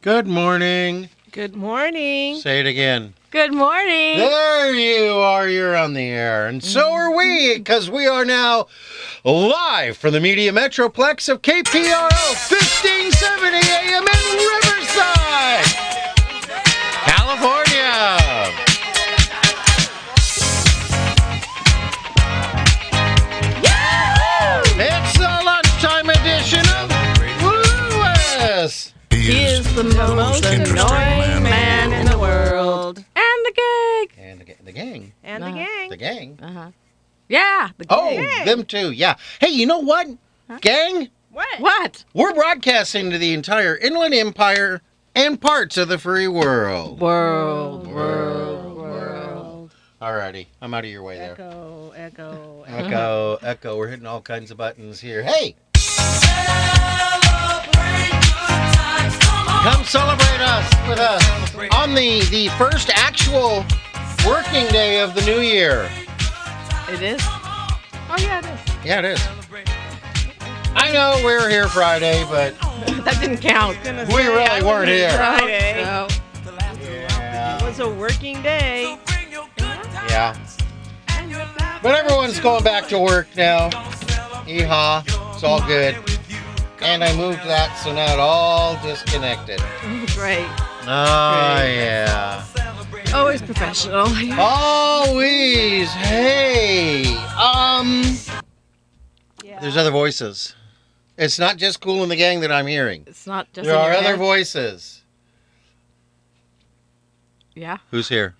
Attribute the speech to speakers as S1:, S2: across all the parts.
S1: Good morning.
S2: Good morning.
S1: Say it again.
S2: Good morning.
S1: There you are. You're on the air. And so are we, because we are now live from the Media Metroplex of KPRO 1570 AM in Riverside, California. It's the lunchtime edition of Lewis.
S2: He is the most annoying man, in the world. And the gig.
S1: And the ga- the gang.
S2: And
S3: Uh-huh.
S2: the gang.
S1: The gang.
S3: Uh-huh.
S2: yeah. The
S1: Oh,
S2: gang.
S1: them too. Yeah. Hey, you know what? Gang,
S2: What?
S3: What?
S1: we're broadcasting to the entire Inland Empire and parts of the free world.
S3: World.
S1: World, world. Alrighty, I'm out of your way there.
S2: Echo, echo, echo.
S1: Echo, echo. We're hitting all kinds of buttons here. Hey, come celebrate us with us on the the first actual working day of the new year.
S3: It is.
S2: Oh, yeah, it
S1: Yeah, it is. I know we were here Friday, but
S3: That didn't count.
S2: is.
S1: we really weren't here.
S2: Friday
S3: No.
S1: Yeah.
S2: was a working day.
S1: Yeah. But everyone's going back to work now. Yeehaw. It's all good. And I moved that so now it all disconnected.
S3: Great.
S1: Oh, yeah.
S3: Always professional.
S1: Always. Hey. Um,
S2: Yeah.
S1: there's other voices. It's not just Cool in the Gang that I'm hearing.
S3: It's not just.
S1: There
S3: in
S1: are
S3: your
S1: other
S3: head.
S1: voices.
S3: Yeah.
S1: Who's here?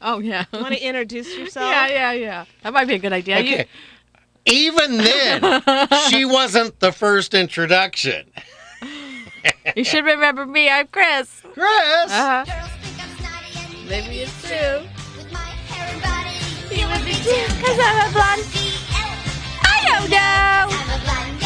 S3: Oh yeah.
S2: Want to introduce yourself?
S3: yeah, yeah, yeah. That might be a good idea. You-
S1: Okay. Even then, she wasn't the first introduction.
S3: You, should remember me. I'm Chris.
S1: Chris.
S3: Uh-huh.
S4: Maybe it's true.
S3: You would be too, cause I'm a blonde. I don't know.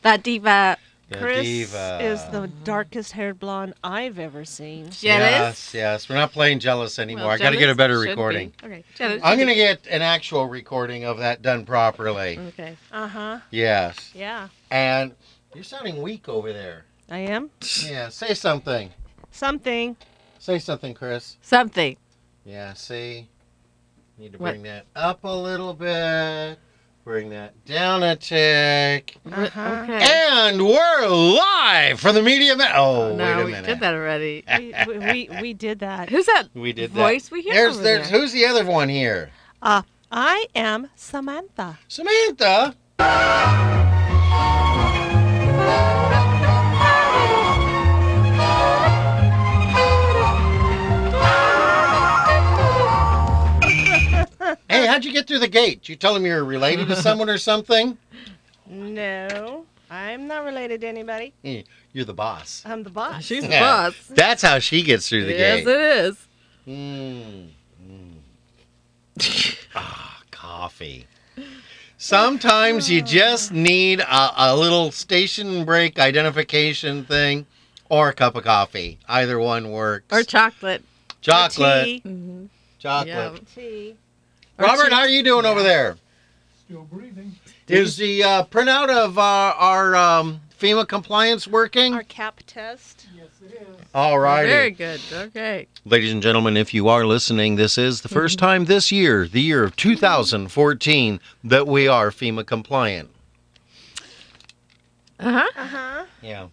S3: That diva.
S1: The
S2: Chris
S1: diva.
S2: is the darkest haired blonde I've ever seen.
S1: Yes,
S3: Jealous.
S1: yes. We're not playing jealous anymore.
S3: Well,
S1: I got to get a
S3: jealous
S1: better
S3: should be.
S1: recording.
S3: Okay. Jealous
S1: I'm
S3: should
S1: going to get an actual recording of that done properly.
S3: be. Okay.
S2: Uh huh.
S1: Yes.
S2: Yeah.
S1: And you're sounding weak over there.
S2: I am.
S1: Yeah, say something.
S2: Something.
S1: Say something, Chris.
S3: Something.
S1: Yeah, see? Need to
S3: What?
S1: bring that up a little bit. Bring that down a tick.
S2: Uh-huh.
S3: Okay.
S1: And we're live from the media. Ma- oh,
S3: no,
S1: wait a
S3: we
S1: minute.
S3: did that already.
S2: we, we, we- we did that.
S3: Who's that?
S1: We did that.
S3: voice we hear
S1: There's,
S3: over
S1: there's,
S3: there?
S1: who's the other one here?
S2: Uh, I am Samantha.
S1: Samantha. Hey, how'd you get through the gate? You tell them you're related to someone or something?
S2: No, I'm not related to anybody.
S1: Eh, You're the boss.
S2: I'm the boss.
S3: She's the
S1: Yeah.
S3: boss.
S1: That's how she gets through the
S3: Yes,
S1: gate.
S3: it is.
S1: Mm, mm. ah, coffee. Sometimes you just need a, a little station break identification thing or a cup of coffee. Either one works.
S3: Or chocolate.
S1: chocolate.
S2: Tea.
S3: Mm-hmm.
S1: Chocolate.
S2: Tea.
S1: Robert, how are you doing over there?
S5: Still breathing.
S1: Is the uh, printout of uh, our um, FEMA compliance working?
S2: Our cap test.
S5: Yes, it is.
S1: All
S3: Very
S1: righty.
S3: good. Okay.
S1: Ladies and gentlemen, if you are listening, this is the first time this year, the year of 2014, that we are FEMA compliant.
S3: Uh huh.
S2: Uh huh.
S1: Yeah.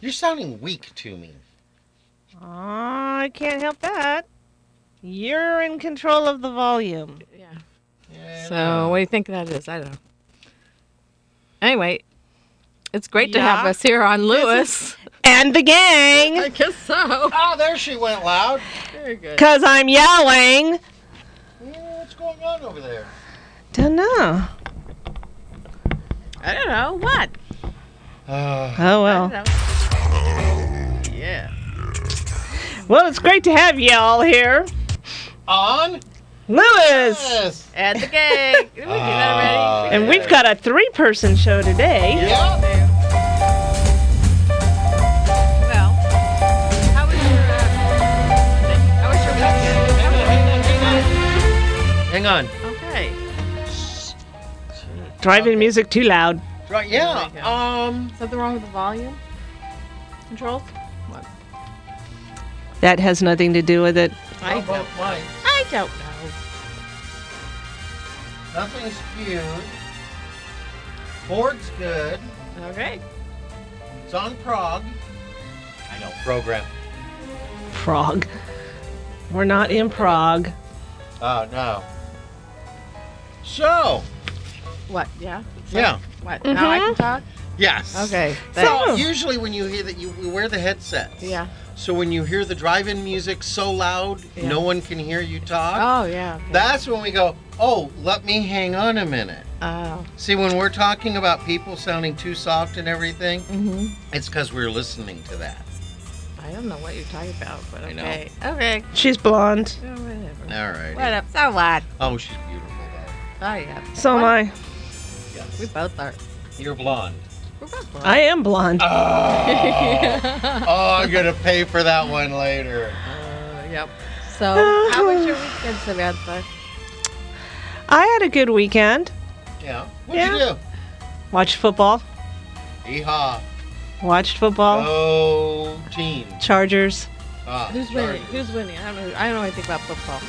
S1: You're sounding weak to me.
S2: I can't help that. You're in control of the volume.
S3: Yeah.
S1: Yeah,
S3: So what do you think that is? I don't know. Anyway, it's great to have
S2: Yeah.
S3: us here on Lewis.
S2: And the gang,
S3: guess so.
S1: Oh, there she went loud.
S3: Very good.
S2: because I'm yelling.
S1: Yeah, what's going on over there?
S2: Don't know.
S3: I don't know what.
S1: Uh,
S3: I
S2: Oh, well.
S3: don't know. Yeah.
S2: Well, it's great to have y'all here.
S1: on?
S2: Lewis!
S1: Yes.
S3: And the gang. Did we do that already?
S2: And we've got a three person show today.
S1: Yeah.
S3: Well, how was your? Uh, thing? how was your weekend?
S1: Hang on.
S3: Okay.
S2: Driving music too loud.
S1: Right, yeah. Um,
S3: Something wrong with the volume? Controls?
S2: That has nothing to do with it.
S1: oh,
S6: Well,
S3: I don't.
S6: both ways.
S3: I don't know.
S1: Nothing's skewed. Ford's good.
S3: Okay.
S1: It's on prog. I know. Program.
S2: Prague. We're not in Prague.
S1: Oh no. So
S3: What? Yeah. So-
S1: yeah,
S3: What? Now I can
S2: Mhm.
S3: talk.
S1: yes.
S3: Mm-hmm. Okay.
S1: So
S3: thanks.
S1: usually when you hear that, you we wear the headsets.
S3: yeah.
S1: So when you hear the drive-in music so loud,
S3: Yeah.
S1: no one can hear you talk.
S3: Oh yeah. okay.
S1: That's when we go. Oh, let me hang on a minute.
S3: Oh.
S1: See, when we're talking about people sounding too soft and everything,
S3: hmm
S1: it's because we're listening to that.
S3: I don't know what you're talking about, but
S1: I know.
S3: okay. Okay.
S2: She's blonde.
S3: Yeah, whatever.
S1: All right.
S3: What up? So what?
S1: Oh, she's beautiful. though.
S3: Oh yeah.
S2: So am
S3: What?
S2: I.
S3: We
S1: Yes.
S3: both are.
S1: You're blonde.
S3: We're both blind.
S2: I am blonde.
S1: Oh,
S3: uh,
S1: oh I'm gonna pay for that one later.
S3: yep. So how was your weekend, Samantha?
S2: I had a good weekend.
S1: Yeah. What'd you
S2: Watched football.
S1: do? Yeehaw.
S2: Watched football.
S1: Oh, team.
S2: Chargers.
S1: Ah,
S3: Who's
S1: sorry.
S3: winning? Who's winning? I don't know. I don't know anything about football.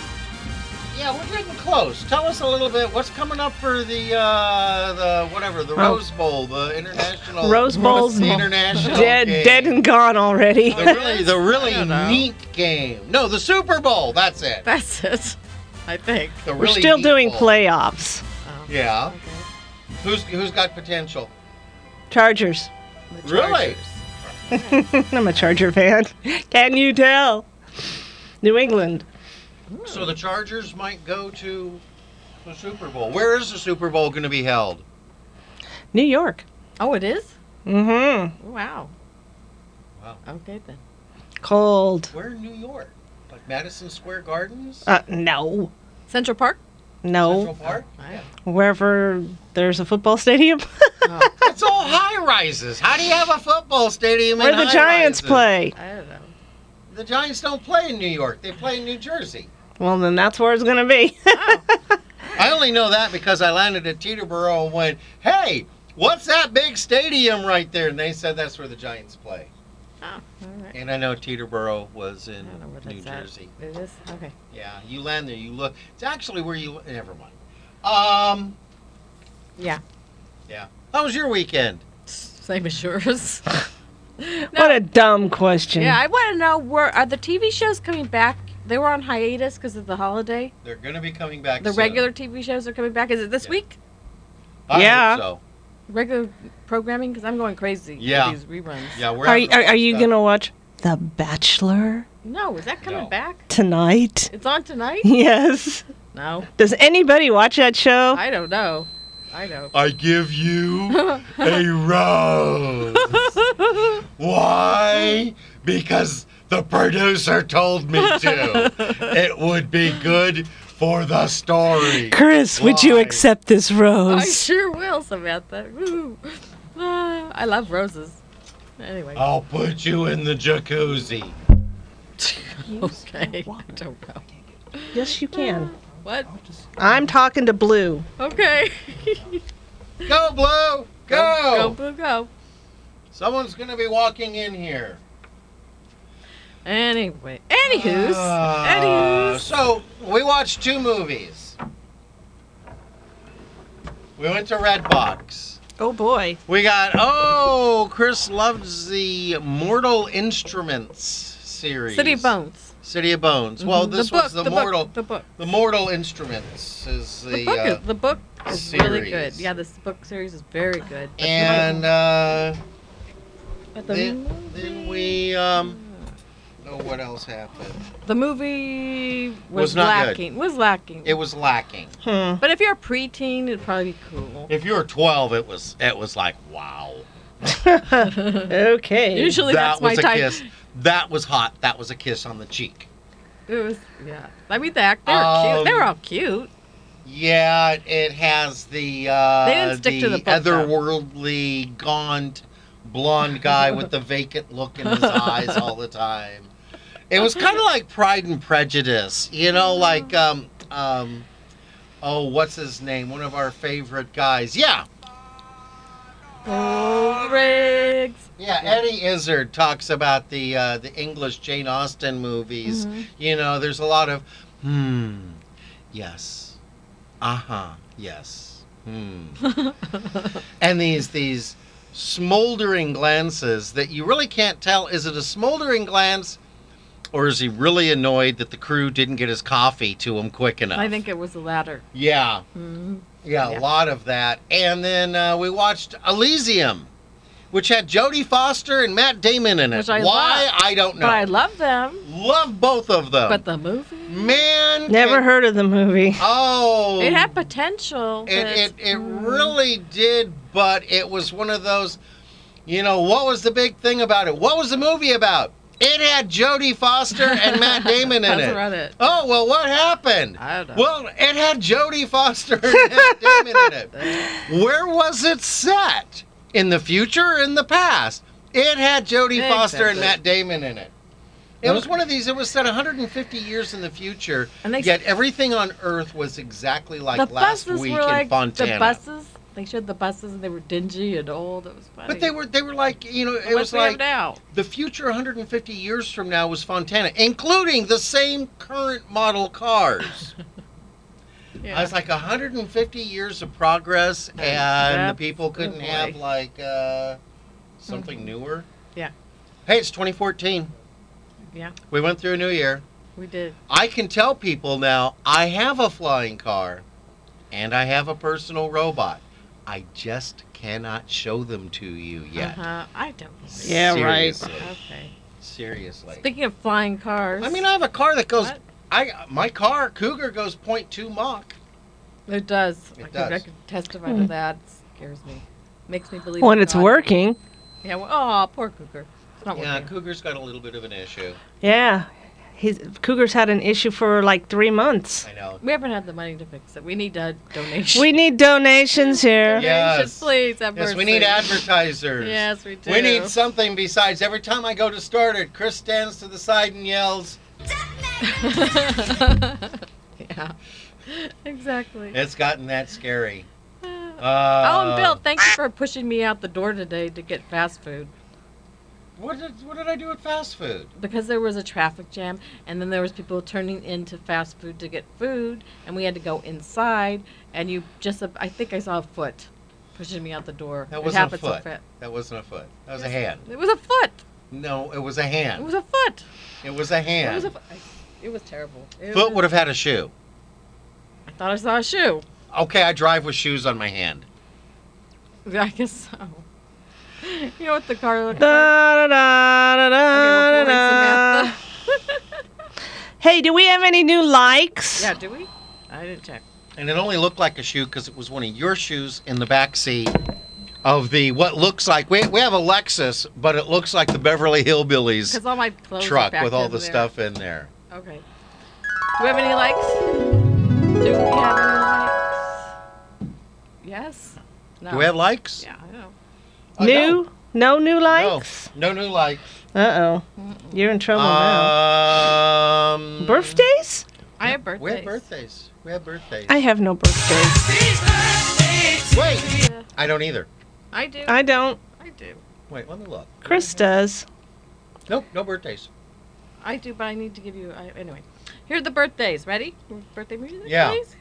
S1: Yeah, we're getting close. Tell us a little bit. What's coming up for the uh, the whatever the
S2: Oh.
S1: Rose Bowl, the international
S2: Rose Bowl's
S1: the international
S2: dead,
S1: game.
S2: dead and gone already.
S1: the really the really
S3: I don't know.
S1: neat game. No, the Super Bowl. That's it.
S3: That's it. I think.
S1: The
S2: We're
S1: really
S2: still
S1: neat
S2: doing
S1: bowl.
S2: playoffs.
S3: Um,
S1: Yeah.
S3: okay.
S1: Who's who's got potential?
S2: Chargers.
S3: The
S1: Really?
S3: Chargers.
S2: I'm a Charger fan. Can you tell? New England.
S1: So the Chargers might go to the Super Bowl. Where is the Super Bowl going to be held?
S2: New York.
S3: Oh, it is.
S2: Mm-hmm.
S3: Wow.
S1: Wow.
S3: Okay then.
S2: Cold.
S1: Where in New York? Like Madison Square Gardens?
S2: Uh, no.
S3: Central Park.
S2: No.
S1: Central Park?
S3: I-
S2: Wherever there's a football stadium.
S3: oh,
S1: It's all high rises. How do you have a football stadium in
S2: Where the
S1: high
S2: Giants
S1: rises?
S2: play.
S3: I don't know.
S1: The Giants don't play in New York. They play in New Jersey.
S2: Well, then that's where it's going to be.
S3: Oh,
S1: I only know that because I landed at Teterboro and went, "Hey, what's that big stadium right there?" And they said that's where the Giants play.
S3: Oh, all right.
S1: And I know Teterboro was in
S3: I don't know where
S1: New
S3: that's at.
S1: Jersey.
S3: It is okay.
S1: Yeah, you land there, you look. It's actually where you. Never mind. Um.
S3: Yeah.
S1: Yeah. How was your weekend?
S3: Same as yours.
S2: What a dumb question.
S3: yeah, I want to know where are the TV shows coming back? They were on hiatus because of the holiday.
S1: They're gonna be coming back.
S3: The
S1: soon.
S3: regular TV shows are coming back. Is it this
S1: Yeah.
S3: week?
S1: I hope
S2: Yeah.
S1: so
S3: Regular programming? Because I'm going crazy. with
S1: Yeah.
S3: These reruns.
S1: yeah, we're.
S2: Are,
S1: having
S2: you-
S1: to
S2: are, are
S1: watch
S2: you
S1: that.
S2: going to watch The Bachelor
S3: No, is that coming
S1: No.
S3: back?
S2: tonight?
S3: It's on tonight.
S2: Yes.
S3: No,
S2: Does anybody watch that show?
S3: I don't know. I know.
S1: I give you a rose. Why?
S2: Hmm.
S1: Because the producer told me to. It would be good for the story.
S2: Chris, would you
S1: Why?
S2: accept this
S3: I
S2: rose?
S3: sure will, Samantha. Woo. Ah, I love roses. Anyway.
S1: I'll put you in the jacuzzi.
S3: okay. I don't know.
S2: yes, you can.
S3: What?
S2: I'm talking to Blue.
S3: Okay.
S1: Go, Blue! Go!
S3: Go, boo, go.
S1: Someone's gonna be walking in here.
S3: Anyway. Anywho's.
S1: Ah,
S3: Anywho's.
S1: So, we watched two movies. We went to Redbox.
S2: Oh boy.
S1: We got oh, Chris loves the Mortal Instruments series.
S3: City of Bones.
S1: City of Bones. Well,
S3: Mhm.
S1: this
S3: book,
S1: was the,
S3: the
S1: Mortal.
S3: Book, the book.
S1: The Mortal Instruments is the,
S3: The, book
S1: uh,
S3: is the book is really good.
S1: series.
S3: Yeah, this book series is very good. But the
S1: and
S3: mo-
S1: uh,
S3: but the, Hmm.
S1: then, then we um. Oh, what else happened?
S3: the movie was,
S1: Was not good.
S3: lacking. Was lacking.
S1: It was lacking.
S2: Hmm.
S3: but if you're a preteen, it'd probably be cool.
S1: If you were 12, it was it was like wow.
S2: okay.
S3: Usually
S1: that
S3: that's my
S1: was a
S3: type.
S1: kiss. That was hot. That was a kiss on the cheek.
S3: It was yeah. I mean, the act, they were cute. They were
S1: Um,
S3: all cute.
S1: Yeah, it- it has the uh,
S3: They didn't stick to the book, though.
S1: otherworldly, gaunt, blonde guy with the vacant look in his eyes all the time. It was kind of like Pride and Prejudice, you know, like um,
S3: Mm-hmm.
S1: um, oh, what's his name? One of our favorite guys. Yeah,
S3: Oh, Riggs.
S1: Yeah, Eddie Izzard talks about the uh, the English Jane Austen movies.
S3: Mhm.
S1: You know, there's a lot of hmm, yes, uh huh, yes, hmm, and these these smoldering glances that you really can't tell. Is it a smoldering glance, or is he really annoyed that the crew didn't get his coffee to him quick enough?
S3: I think it was the latter.
S1: Yeah,
S3: Mhm.
S1: yeah,
S3: Yeah.
S1: a lot of that. And then uh, we watched Elysium, which had Jodie Foster and Matt Damon in it.
S3: Which I
S1: Why
S3: love.
S1: I don't know.
S3: But I love them.
S1: love both of them.
S3: But the movie,
S1: man,
S2: Never
S1: can-
S2: heard of the movie.
S1: Oh,
S3: it had potential.
S1: It
S3: but-
S1: it, it
S3: Mm.
S1: really did, but it was one of those. You know what was the big thing about it? What was the movie about? It had Jodie Foster and Matt Damon in
S3: That's
S1: it.
S3: about it.
S1: Oh well, what happened?
S3: I don't know.
S1: Well, it had Jodie Foster and Matt Damon in it. Where was it set? In the future or in the past? It had Jodie Foster and
S3: Exactly.
S1: Matt Damon in it. It was one of these, it was set 150 years in the future,
S3: And they-
S1: yet everything on Earth was exactly like
S3: the
S1: last
S3: buses
S1: week
S3: were like
S1: in Fontana.
S3: the buses. They showed the buses and they were dingy and old. It was funny.
S1: but they were they were like, you know, it
S3: What
S1: was
S3: we have
S1: like
S3: now.
S1: the future 150 years from now was Fontana, including the same current model cars. I was like 150 years of progress, and the people couldn't
S3: Absolutely.
S1: have like uh, something newer.
S3: Mm-hmm. Yeah.
S1: Hey, it's 2014.
S3: Yeah.
S1: We went through a new year.
S3: we did.
S1: I can tell people now I have a flying car, and I have a personal robot. I just cannot show them to you yet.
S3: Uh-huh. I don't. believe
S2: Yeah, right.
S1: Seriously.
S3: it. Okay.
S1: Seriously.
S3: Speaking of flying cars,
S1: I mean, I have a car that goes.
S3: What?
S1: I my car Cougar goes 0.2 Mach.
S3: it does. I,
S1: It
S3: could,
S1: does.
S3: I could testify to that. It scares me. Makes me believe.
S2: When
S3: in
S2: it's
S3: God.
S2: working.
S3: Yeah. Well, oh, poor Cougar. It's not
S1: Yeah,
S3: working.
S1: Cougar's got a little bit of an issue.
S2: Yeah. His Cougars had an issue for like three months.
S1: I know.
S3: We haven't had the money to fix it. We need a donation.
S2: We need donations here.
S1: Yeah. Yes.
S3: please. Have
S1: Yes, we
S3: mercy.
S1: need advertisers.
S3: Yes, we do.
S1: We need something besides. Every time I go to start it, Chris stands to the side and yells,
S3: yeah. Exactly.
S1: "It's gotten that scary."
S3: oh,
S1: Uh,
S3: and Bill, thank you for pushing me out the door today to get fast food
S1: What did what did I do at fast food?
S3: because there was a traffic jam, and then there was people turning into fast food to get food, and we had to go inside, and you just, I think I saw a foot pushing me out the door.
S1: That
S3: It
S1: wasn't a
S3: happened so
S1: foot.
S3: fa-
S1: That wasn't a foot. That was a hand.
S3: It was a foot.
S1: No, it was a
S3: It
S1: hand.
S3: was a foot. It
S1: It was a
S3: was a
S1: hand.
S3: foot. I- It was terrible. It
S1: Foot
S3: was-
S1: would have had a shoe.
S3: I thought I saw a shoe.
S1: Okay, I drive with shoes on my hand.
S3: I guess so. You know what the car looked like?
S2: Da, da, da, da, da,
S3: Okay, we're boring,
S2: da, da.
S3: Samantha.
S2: Hey, do we have any new likes?
S3: yeah, do we? I didn't check.
S1: And it only looked like a shoe because it was one of your shoes in the back seat of the what looks like we, we have a Lexus, but it looks like the Beverly Hillbillies
S3: Because all my clothes are
S1: truck
S3: packed
S1: with all
S3: in
S1: the
S3: there.
S1: stuff in there.
S3: Okay. Do we have any likes? Do we have any likes? Yes. No.
S1: Do we have likes?
S3: Yeah, I know.
S1: Uh,
S2: new? Oh, No. new likes?
S1: No, no new likes.
S2: Uh oh. You're in trouble
S1: Um,
S2: now. Birthdays?
S3: I have
S1: We
S3: birthdays.
S1: have birthdays. We have birthdays.
S2: I have no birthdays.
S1: Wait,
S3: Yeah,
S1: I don't either.
S3: I do. I,
S2: I don't.
S3: do.
S1: Wait, let me look.
S2: Chris does.
S1: Nope, no birthdays.
S3: I do, but I need to give you. I, anyway, here are the birthdays. Ready? Birthday music?
S1: Yeah.
S3: please?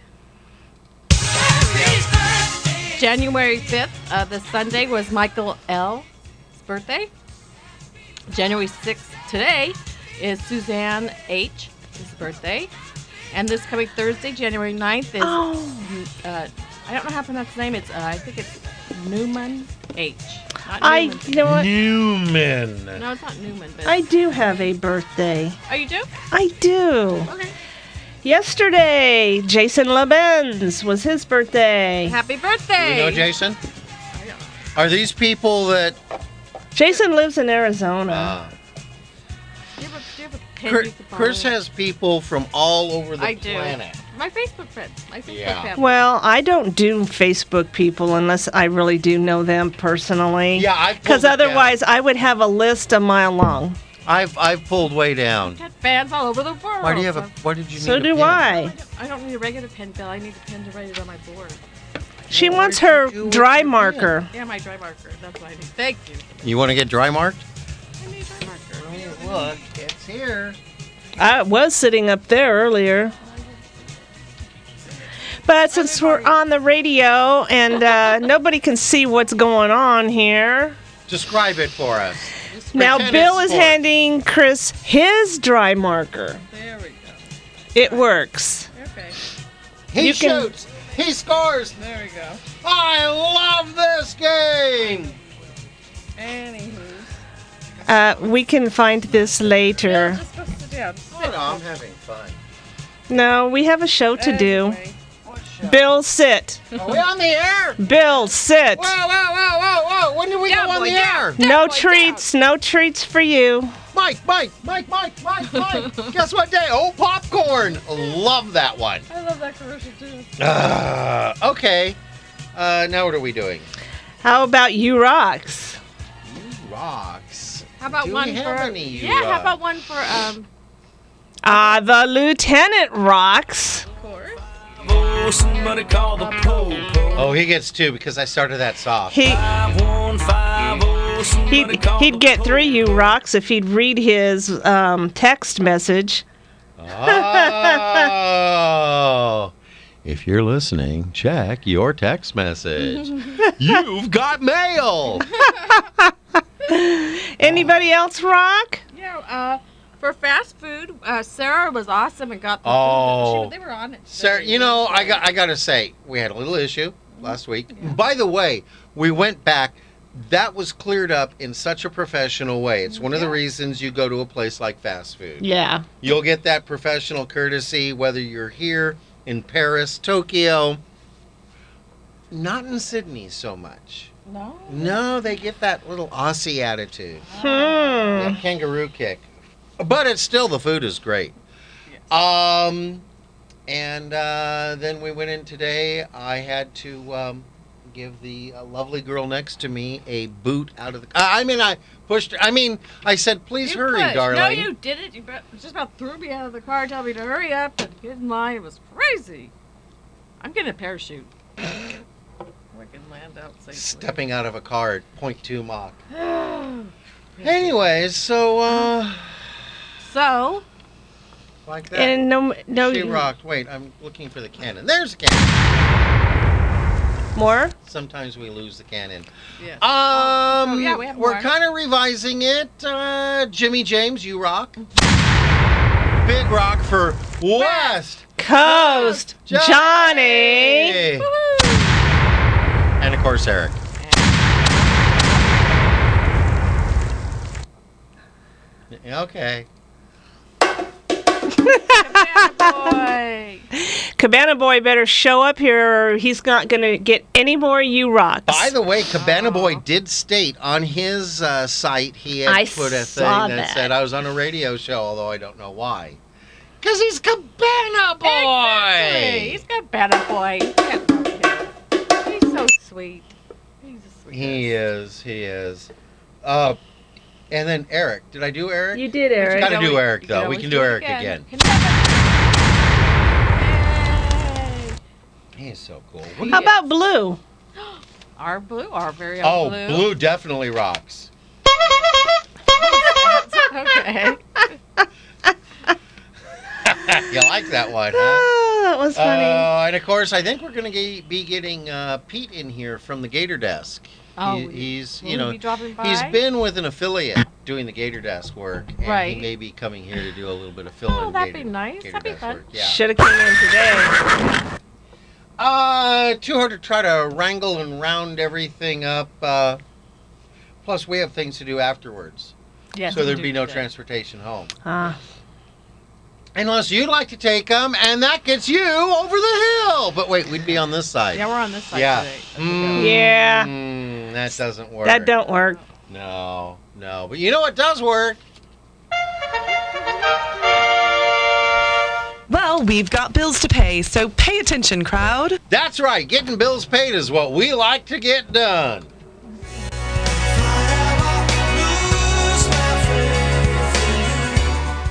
S3: January 5th, uh, this Sunday, was Michael L's birthday. January 6th, today, is Suzanne H. 's birthday. And this coming Thursday, January 9th, is.
S2: Oh.
S3: Uh, I don't know how to pronounce his name. It's uh, I think it's Newman H. Not
S2: I,
S3: Newman.
S2: you know what?
S1: Newman.
S3: No, it's not Newman. But
S2: I do have a birthday.
S3: oh, you do?
S2: I do.
S3: Okay.
S2: Yesterday, Jason LeBenz was his birthday.
S3: Happy
S1: Do
S3: birthday!
S1: we know Jason?
S3: I don't know.
S1: Are these people that?
S2: Jason lives in Arizona.
S1: Uh,
S3: Do you have a, do you have a pin
S1: Chris,
S3: you can
S1: Chris
S3: follow?
S1: has people from all over the
S3: I do.
S1: planet.
S3: My Facebook friend. My Facebook
S1: Yeah.
S3: family.
S2: Well, I don't do Facebook people unless I really do know them personally.
S1: Yeah, I pulled
S2: Because
S1: it down.
S2: otherwise, I would have a list a mile long.
S1: I've I've pulled way down.
S3: Got fans all over the world.
S1: Why do you have a? Why did you?
S2: So
S1: need a
S2: do
S1: pin?
S3: I
S2: I.
S3: don't, I don't need a regular pen, Bill. I need a pen to write it on my board.
S2: She
S1: Well,
S2: wants
S1: why
S2: her
S1: don't you do what
S2: dry
S1: you can?
S2: marker.
S3: Yeah, my dry marker. That's what I need. Thank you.
S1: You want to get dry marked?
S3: I need dry marker.
S1: Look, it's here.
S2: I was sitting up there earlier. But since we're on the radio and uh, nobody can see what's going on here,
S1: Describe it for us.
S2: now
S1: Pretend
S2: Bill
S1: it's
S2: is
S1: sports.
S2: handing Chris his dry marker.
S3: There we go.
S2: It works.
S3: Okay.
S1: He
S2: you can-
S1: shoots. He scores.
S3: There we go.
S1: I love this game.
S3: Anywho.
S2: Uh, we can find this later.
S3: Just go sit down.
S1: Oh, no, I'm having fun.
S2: No, we have a show to do.
S3: Anyway.
S1: What show?
S2: Bill, sit.
S1: Are we on the air?
S2: Bill, sit.
S1: Whoa, whoa, whoa, whoa, whoa. When did we
S3: Yeah,
S1: go on
S3: boy,
S1: the
S3: yeah.
S1: air?
S2: No
S3: Down, boy,
S2: treats, no treats for you.
S1: Mike, Mike, Mike, Mike, Mike, Mike. Guess what day? Oh, popcorn. Love that one.
S3: I love that commercial too.
S1: Uh, okay. Uh, now what are we doing?
S2: How about you rocks?
S1: Rocks.
S3: How about
S1: Do we
S3: one
S1: have
S3: for
S1: any, you,
S3: Yeah,
S1: uh,
S3: how about one for um
S2: Ah, the lieutenant rocks.
S3: Corey?
S5: Oh, somebody call the po-po.
S1: Oh, he gets two because I started that soft.
S2: He
S5: 5150, somebody
S2: he'd,
S5: call the
S2: he'd get three
S5: po-po.
S2: you rocks if he'd read his um, text message.
S1: Oh. if you're listening, check your text message. You've got mail.
S2: Anybody else rock?
S3: Yeah, uh for fast food, uh, Sarah was awesome and got the
S1: Oh.
S3: food. She, they were on it.
S1: Sir, you know, I got I got to say, we had a little issue last week. By the way, we went back that was cleared up in such a professional way. It's one of the
S3: Yeah.
S1: reasons you go to a place like fast food.
S2: Yeah.
S1: You'll get that professional courtesy whether you're here in Paris, Tokyo, not in Sydney so much.
S3: No.
S1: No, they get that little Aussie attitude,
S2: Hmm.
S1: that kangaroo kick. But it's still the food is great. Um, and uh, then we went in today. I had to um, give the uh, lovely girl next to me a boot out of the. I I mean, I pushed. her- I mean, I said, "Please
S3: You
S1: hurry,
S3: pushed.
S1: darling."
S3: No, you didn't. You about- just about threw me out of the car, told me to hurry up and get in line. It was crazy. I'm getting a parachute. we can land out safely.
S1: Stepping out of a car at point two Mach.
S3: hey.
S1: Anyways, so uh,
S3: Uh-huh. So,
S1: like that.
S2: And no, no
S1: she rocked. Wait, I'm looking for the cannon. There's a cannon.
S2: more.
S1: Sometimes we lose the cannon.
S3: yeah.
S1: Um,
S3: Oh, yeah, we have
S1: are
S3: more.
S1: kind of revising it. Uh, Jimmy James, you rock. Big rock for West
S2: Coast,
S1: Johnny.
S2: Johnny.
S1: and of course Eric. Okay.
S3: Bad boy.
S2: Cabana boy better show up here, or he's not gonna get any more you rocks.
S1: By the way, Cabana
S3: Oh.
S1: Boy did state on his uh, site he had
S2: I
S1: put a thing
S2: saw
S1: that,
S2: that.
S1: said I was on a radio show, although I don't know why. Because he's Cabana Boy.
S3: Exactly. He's got better boy. You can't love him. He's so sweet. He's a sweet.
S1: He is. He is. Uh, and then Eric. Did I do Eric?
S2: you did, Eric.
S1: gotta do Eric, though. We can do Eric again. He is so cool. What do
S2: How
S1: you-
S2: about blue?
S3: Our blue, our very own
S1: oh,
S3: blue.
S1: blue. definitely rocks.
S3: okay.
S1: you like that one, huh?
S3: Ah,
S2: Oh, that was funny.
S1: Uh, and of course, I think we're gonna ge- be getting uh, Pete in here from the Gator Desk.
S3: Oh,
S1: He-
S3: we-
S1: he's
S3: Will
S1: you know
S3: he be dropping by?
S1: He's been with an affiliate doing the Gator Desk work, and
S3: Right.
S1: he may be coming here to do a little bit of fill-in.
S3: Oh, that'd be
S1: Gator-
S3: nice.
S1: Gator
S3: That'd be
S1: Desk
S3: fun.
S1: work, Yeah.
S2: Should have came in today.
S1: Uh, too hard to try to wrangle and round everything up. Uh, plus, we have things to do afterwards,
S3: Yes,
S1: so
S3: we
S1: there'd
S3: do
S1: be no
S3: that.
S1: transportation home
S2: Ah.
S1: unless you'd like to take them, and that gets you over the hill. But wait, we'd be on this side.
S3: Yeah, we're on this side
S1: Yeah.
S3: today.
S1: Mm,
S2: Yeah.
S1: that doesn't work.
S2: That don't work.
S1: No, no. But you know what does work?
S7: Well, we've got bills to pay, so pay attention, crowd.
S1: That's right. Getting bills paid is what we like to get done.
S7: Well,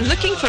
S7: Looking for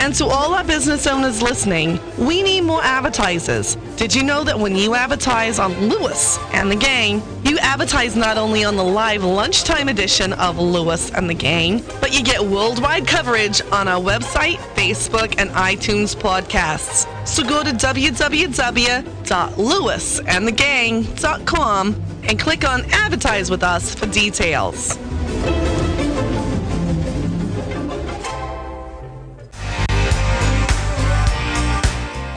S7: And to all our business owners listening, we need more advertisers. Did you know that when you advertise on Lewis and the Gang, you advertise not only on the live lunchtime edition of Lewis and the Gang, but you get worldwide coverage on our website, Facebook, and iTunes podcasts. So go to www.lewisandthegang.com and click on Advertise with Us for details.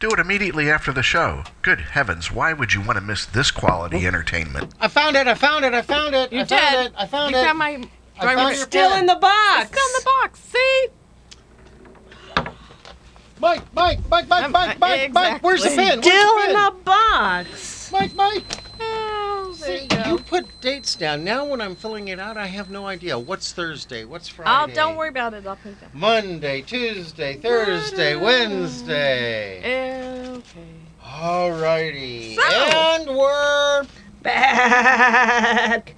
S4: Do it immediately after the show. Good heavens, why would you want to miss this quality entertainment?
S1: I found it. I found it. I found it.
S3: You
S1: I
S3: did.
S1: Found it, I found
S3: you
S1: it.
S3: found my.
S1: I found
S3: driver's
S1: your
S3: still
S1: pen.
S3: in the box. Still in the box. See?
S1: Mike, Mike, Mike, Mike,
S3: Um,
S1: Mike, Mike, Mike. Where's the
S3: exactly.
S1: pen? Where's
S2: Still
S1: the
S2: in
S1: pen?
S2: the box.
S1: Mike, Mike.
S3: Oh, there
S1: See,
S3: you
S1: you
S3: go.
S1: put dates down. Now when I'm filling it out, I have no idea. What's Thursday? What's Friday?
S3: Oh, don't worry about it. I'll put it down.
S1: Monday, Tuesday, Thursday, Wednesday.
S3: Okay.
S1: Alrighty.
S3: So-
S1: And we're
S2: Back.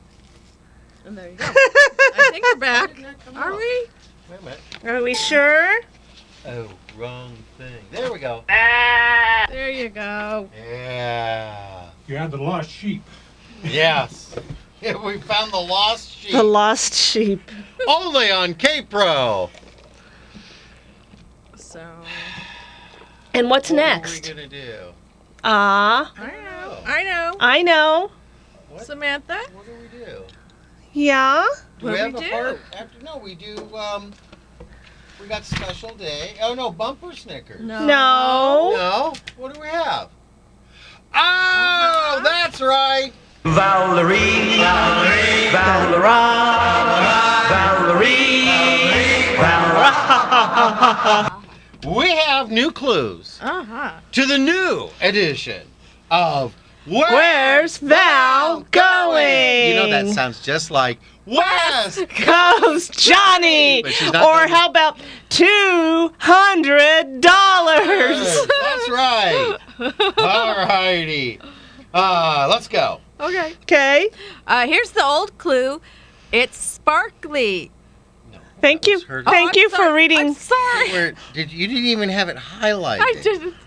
S3: And there you go. I think we're back. Are we?
S1: Wait a minute.
S2: Are we sure?
S1: Oh, wrong thing. There we go.
S3: There you go.
S1: Yeah.
S8: You had the lost sheep.
S1: Yes. Yeah, we found the lost sheep.
S2: The lost sheep.
S1: Only on Capro.
S3: So.
S2: And what's
S1: What
S2: next?
S1: are we gonna do?
S2: Ah,
S3: I
S1: Oh.
S3: know. I know.
S2: I know.
S1: What?
S3: Samantha.
S1: What do we do?
S2: Yeah.
S1: Do
S3: What
S1: we
S3: do
S1: have
S3: we
S1: a
S3: do?
S1: part? After, no, we do. Um, we got special day. Oh no, bumper Snickers.
S3: No.
S2: No.
S1: No. What do we have? Oh,
S2: Uh-huh.
S1: that's right.
S5: Valerie, Valerie, Valera, Valerie,
S1: We have new clues
S3: Uh
S2: Uh-huh.
S3: huh.
S1: to the new edition of Where-
S2: Where's Val going?
S1: You know that sounds just like West.
S2: Comes Johnny.
S1: But she's not
S2: Or
S1: done.
S2: how about two hundred dollars?
S1: That's right. All righty. Uh, let's go.
S3: Okay.
S2: Okay.
S3: Uh, here's the old clue. It's sparkly.
S2: Thank
S1: That
S2: you.
S1: was her-
S3: Oh,
S2: Thank
S3: I'm
S2: you
S3: sorry.
S2: for reading.
S3: I'm sorry.
S1: Where did you didn't even have it highlighted?
S3: I didn't.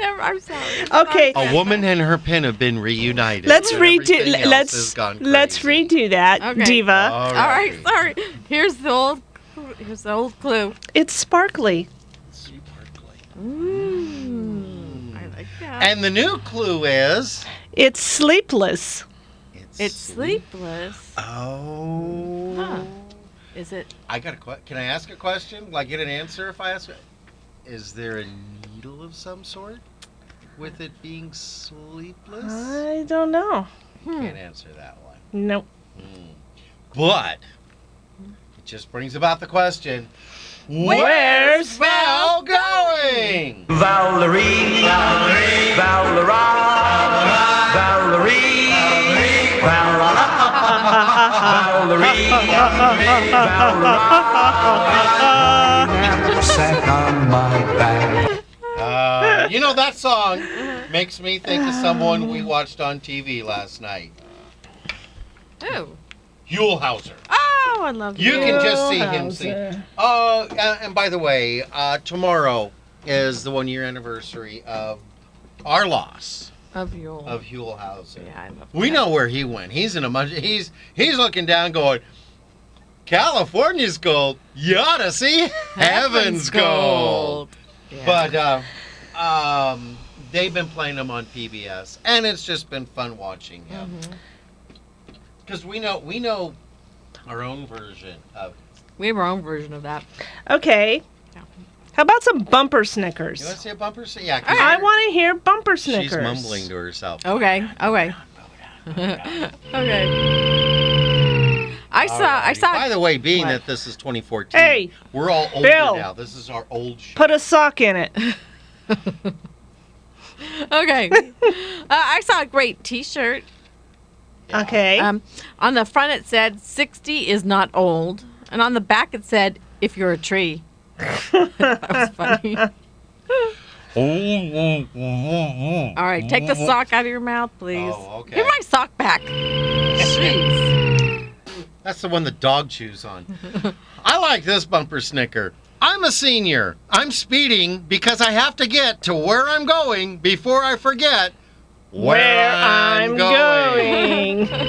S3: Never, I'm sorry.
S2: Okay.
S1: A woman and her pen have been reunited.
S2: Let's
S1: but
S2: redo.
S1: everything else has
S2: Let's
S1: gone
S2: let's
S1: crazy.
S2: redo uh, that,
S3: Okay.
S2: Diva.
S1: All
S3: All right. Sorry.
S1: righty.
S3: Here's the old. cl- Here's the old clue.
S2: It's sparkly.
S1: Sparkly.
S3: Ooh. I like that.
S1: And the new clue is
S2: It's sleepless.
S3: it's sleepless.
S1: Oh.
S3: Huh. Is it?
S1: I got a question. Can I ask a question? Like, get an answer if I ask? it? Is there a needle of some sort with it being sleepless?
S2: I don't know.
S1: Can't answer that one.
S2: Nope.
S1: But it just brings about the question: Where's
S5: Where's
S1: Val going?
S5: Valerie, Valerie, Valera, Valerie, Valera, Valerie, Valera. Sack on my back.
S1: Uh, you know that song makes me think of someone we watched on TV last night,
S3: Who?
S1: Yulhauser.
S2: Oh, I love
S1: You can just see him sing. Oh, uh, and by the way, uh, tomorrow is the one-year anniversary of our loss
S3: Of your.
S1: of Hulhausen.
S3: yeah, I love
S1: We know where he went. He's in a much. He's he's looking down, going, "California's gold. You ought to see heaven's gold." But uh, um, they've been playing him on PBS, and it's just been fun watching him because we know we know our own version of.
S3: We have our own version of that.
S2: Okay. How about some bumper Snickers?
S1: You want to say a bumper? Sn- Yeah, 'cause
S2: I want to hear bumper Snickers.
S1: she's mumbling to herself.
S3: Okay. Okay. okay. I saw. I
S1: Alrighty.
S3: saw.
S1: By the way, being
S3: What?
S1: that this is 2014,
S2: Hey,
S1: we're all older
S2: Bill.
S1: now. This is our old show.
S2: put a sock in it.
S3: okay. uh, I saw a great T-shirt.
S2: Okay.
S3: Um, on the front it said "60 is not old," and on the back it said "If you're a tree." that was funny. All right, take the sock out of your mouth, please.
S1: Oh, okay.
S3: Give my sock back. Jeez.
S1: That's the one the dog chews on. I like this bumper snicker. I'm a senior. I'm speeding because I have to get to where I'm going before I forget where, I'm, going.
S2: going.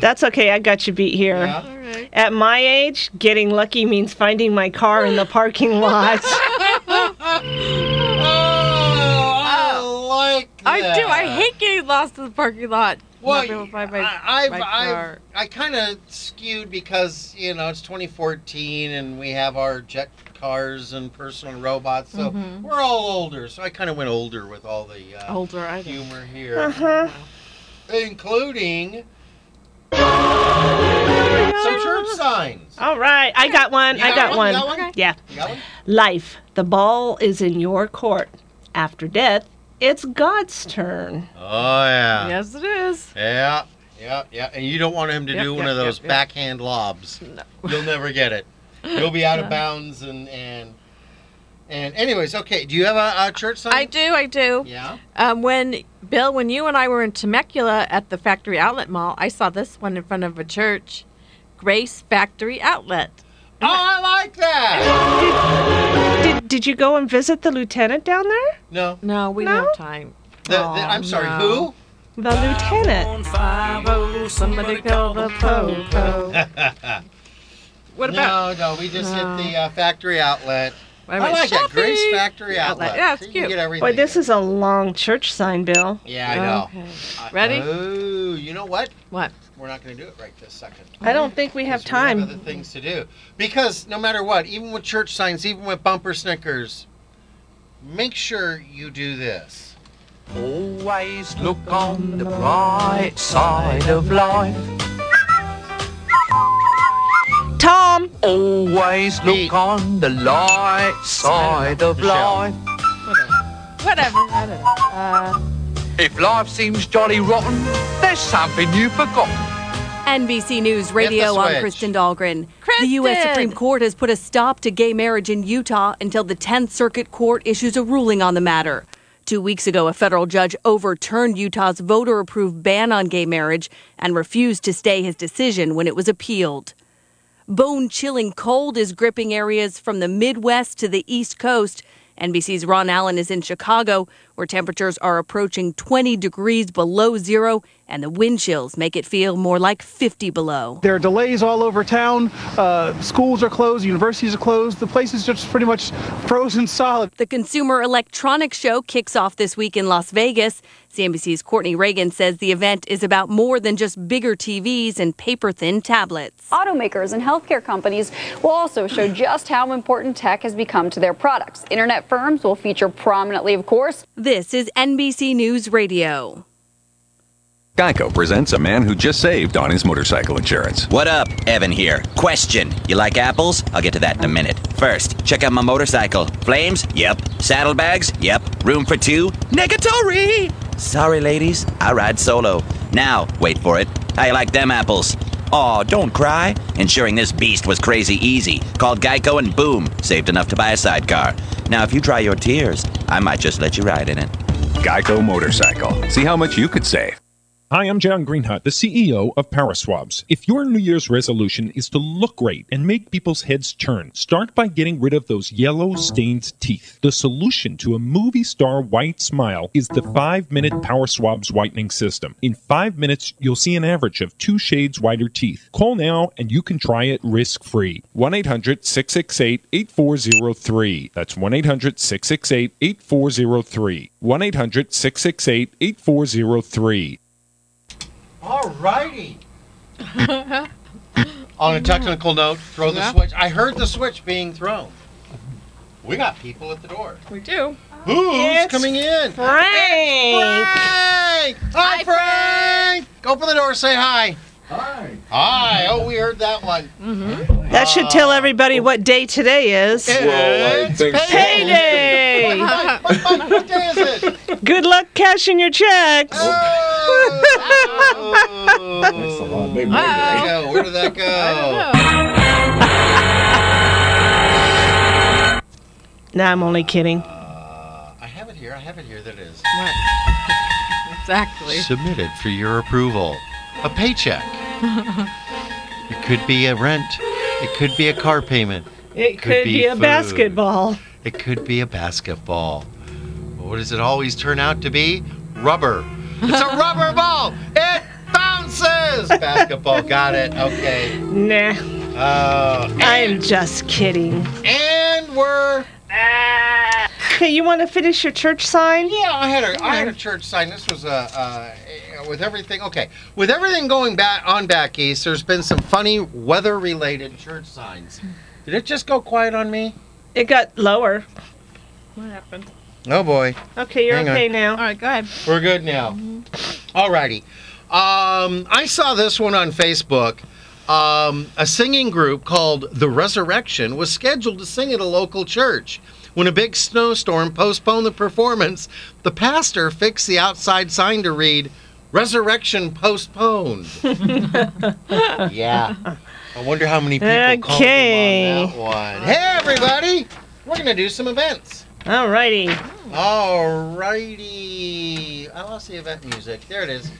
S2: That's okay. I got you beat here.
S1: Yeah.
S2: At my age, getting lucky means finding my car in the parking lot.
S1: Oh, I like
S3: Oh. I do. I
S1: that.
S3: hate getting lost in the parking lot.
S1: Well,
S3: Not being able to find my,
S1: I, I've,
S3: my
S1: I've,
S3: car.
S1: I kind of skewed because you know it's 2014 and we have our jet cars and personal robots, so
S2: Mm-hmm.
S3: Mhm.
S1: we're all older. So I kind of went older with all the uh,
S3: Older, I do.
S1: humor here,
S2: uh-huh.
S1: including some church signs.
S2: All right. Uh-huh. I got one.
S1: You
S2: I got one.
S1: You got one?
S2: Yeah.
S1: You got one?
S2: Life, the ball is in your court. After death, it's God's turn.
S1: Oh yeah.
S3: Yes, it is.
S1: Yeah. Yeah, yeah, and you don't want him to
S3: Yep,
S1: do one
S3: yep,
S1: of those
S3: yep, yep.
S1: backhand lobs. You'll never get it. You'll be out of bounds and and and. Anyways, okay. Do you have a, a church sign?
S3: I do. I do.
S1: Yeah.
S3: Um, when Bill, when you and I were in Temecula at the Factory Outlet Mall, I saw this one in front of a church, Grace Factory Outlet.
S1: Oh, I like that.
S2: Did, did you go and visit the lieutenant down there?
S1: No,
S3: No, we
S2: No?
S3: don't have time.
S1: the, the, I'm sorry.
S3: no.
S2: The lieutenant.
S3: Somebody call the
S1: Oh,
S3: po
S1: Who?
S3: What about?
S1: no, no. We just
S3: No.
S1: hit the uh, factory outlet.
S3: Wait a
S1: I
S3: minute,
S1: like that Grace
S3: shopping!
S1: Factory Outlet.
S3: Yeah, it's
S1: So you can
S3: cute.
S1: Get everything.
S2: Boy, this is a long church sign, Bill.
S1: Yeah, I know.
S3: Okay.
S1: I-
S3: Ready?
S1: Oh, you know what?
S3: What?
S1: We're not going to do it right this second.
S2: I don't think we have
S1: 'Cause we have
S2: time.
S1: other things to do. Because no matter what, even with church signs, even with bumper snickers, make sure you do this.
S5: Always look on the bright side of life.
S2: Tom,
S5: Always
S1: Pete.
S5: look on the light side of
S1: Michelle.
S5: life.
S3: Whatever. I don't know. Uh,
S5: If life seems jolly rotten, there's something you've forgotten.
S8: NBC News Radio.
S1: switch.
S8: I'm Kristen Dahlgren. The U.S.
S3: Kristen!
S8: Supreme Court has put a stop to gay marriage in Utah until the 10th Circuit Court issues a ruling on the matter. Two weeks ago, a federal judge overturned Utah's voter approved ban on gay marriage and refused to stay his decision when it was appealed. Bone chilling cold is gripping areas from the Midwest to the East Coast. NBC's Ron Allen is in Chicago,
S7: where temperatures are approaching 20 degrees below zero and the wind chills make it feel more like 50 below.
S9: There are delays all over town. Uh, schools are closed, universities are closed. The place is just pretty much frozen solid.
S7: The Consumer Electronics Show kicks off this week in Las Vegas. CNBC's Courtney Reagan says the event is about more than just bigger TVs and paper thin tablets.
S10: Automakers and healthcare companies will also show just how important tech has become to their products. Internet firms will feature prominently, of course.
S7: This is NBC News Radio.
S11: Geico presents a man who just saved on his motorcycle insurance.
S5: What up? Evan here. Question. You like apples? I'll get to that in a minute. First, check out my motorcycle. Flames? Yep. Saddlebags? Yep. Room for two? Negatory! Sorry, ladies. I ride solo. Now, wait for it. How you like them apples? Aw, don't cry. Insuring this beast was crazy easy. Called Geico and boom, saved enough to buy a sidecar. Now, if you dry your tears, I might just let you ride in it.
S11: Geico Motorcycle. See how much you could save.
S12: Hi, I'm John Greenhut, the CEO of PowerSwabs. If your New Year's resolution is to look great and make people's heads turn, start by getting rid of those yellow stained teeth. The solution to a movie star white smile is the 5 minute PowerSwabs whitening system. In 5 minutes, you'll see an average of 2 shades whiter teeth. Call now and you can try it risk free. 1 800 668 8403. That's 1 800 668 8403. 1 800 668 8403.
S1: All righty. On a technical note, throw the
S2: Yeah.
S1: switch. I heard the switch being thrown. We got people at the door.
S3: We do.
S1: Who's coming in?
S2: Frank.
S1: Frank. Hi, Frank. Open the door. Say hi. Hi. Hi. Oh, we heard that one. Mm-hmm.
S2: That should tell everybody what day today is.
S1: Well, I think so.
S2: payday.
S1: Mike, what day is it? Oh.
S2: Good luck cashing your checks.
S1: That's a lot bigger. Where did that go? Where did that go? Oh,
S3: Oh.
S2: Nah, I'm only kidding.
S1: I have it here. I have it here. There it is.
S3: Exactly.
S1: Submitted for your approval. A paycheck. It could be a rent. It could be a car payment.
S2: It could, be, a
S1: food.
S2: basketball.
S1: It could be a basketball. What does it always turn out to be? Rubber. It's a rubber ball. It bounces. Basketball. Got it. Okay.
S2: Nah,
S1: Uh,
S2: I'm just kidding.
S1: and we're.
S2: Hey, you want to finish your church sign?
S1: Yeah, I had a I had a church sign. This was a uh, uh, with everything okay with everything going back on back east. There's been some funny weather related church signs. Did it just go quiet on me?
S2: It got lower. What happened?
S1: Oh boy,
S2: Okay, you're
S1: Hang on.
S2: okay now. All right, go ahead.
S1: we're good now. Alrighty, um, I saw this one on Facebook. Um, a singing group called The Resurrection was scheduled to sing at a local church. When a big snowstorm postponed the performance, the pastor fixed the outside sign to read "Resurrection postponed." yeah. I wonder how many people called them
S2: Okay.
S1: on that one. Hey, everybody! We're gonna do some events.
S2: Alrighty.
S1: Alrighty. I lost the event music. There it is.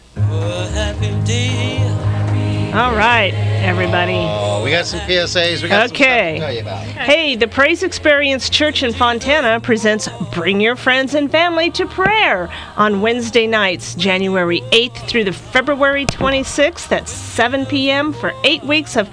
S2: All right, everybody.
S1: Oh, we got some PSAs. We got
S2: Okay.
S1: some stuff to tell you about.
S2: Hey, the Praise Experience Church in Fontana presents Bring Your Friends and Family to Prayer on Wednesday nights, January 8th through the February 26th at 7 p.m. for eight weeks of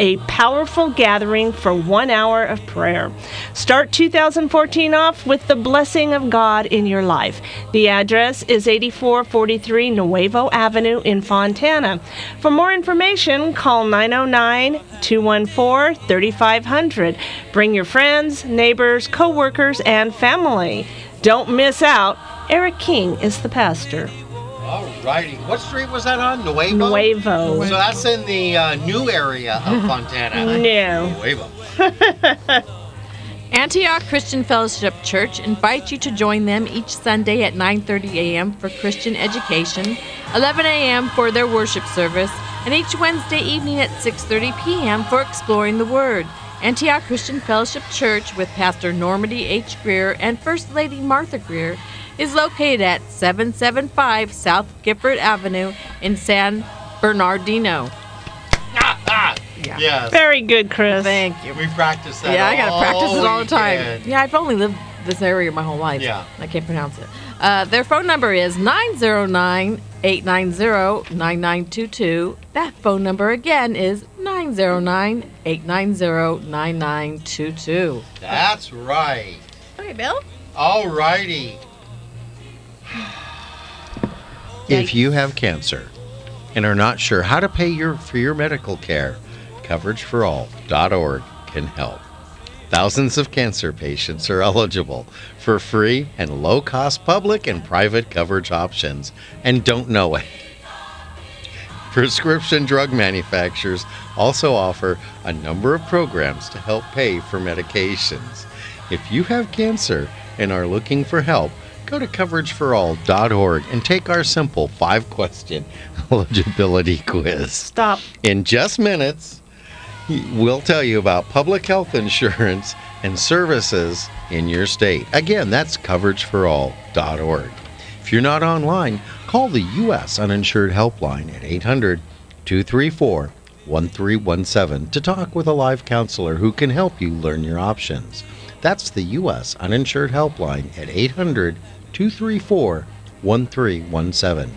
S2: a powerful gathering for one hour of prayer. Start 2014 off with the blessing of God in your life. The address is 8443 Nuevo Avenue in Fontana. For more information, call 909 214 3500. Bring your friends, neighbors, coworkers, and family. Don't miss out. Eric King is the pastor.
S1: Alrighty. What street was that on? Nuevo?
S2: Nuevo.
S1: So that's in the uh, new area of Fontana.
S2: No.
S1: Nuevo.
S3: Antioch Christian Fellowship Church invites you to join them each Sunday at 9:30 a.m. for Christian education, 11 a.m. for their worship service, and each Wednesday evening at 6:30 p.m. for exploring the Word. Antioch Christian Fellowship Church with Pastor Normandy H. Greer and First Lady Martha Greer is located at 775 South Gifford Avenue in San Bernardino.
S1: Yeah.
S2: Very good, Chris. Thank
S1: you. We practice that.
S3: Oh, Yeah, I gotta practice it all the time.
S1: weekend.
S3: Yeah, I've only lived this area my whole life.
S1: Yeah.
S3: I can't pronounce it. Uh, their phone number is 909 890 9922. That phone number again is 909 890 9922.
S1: That's right.
S3: Okay, Bill?
S1: All righty. If you have cancer and are not sure how to pay your for your medical care, coverageforall.org can help. Thousands of cancer patients are eligible for free and low-cost public and private coverage options and don't know it. Prescription drug manufacturers also offer a number of programs to help pay for medications. If you have cancer and are looking for help, go to coverageforall.org and take our simple five question eligibility quiz.
S2: Stop.
S1: In just minutes, we'll tell you about public health insurance and services in your state. Again, that's coverageforall.org. If you're not online, call the U.S. Uninsured Helpline at 800 234 1317 to talk with a live counselor who can help you learn your options. That's the U.S. Uninsured Helpline at 800 234 1317.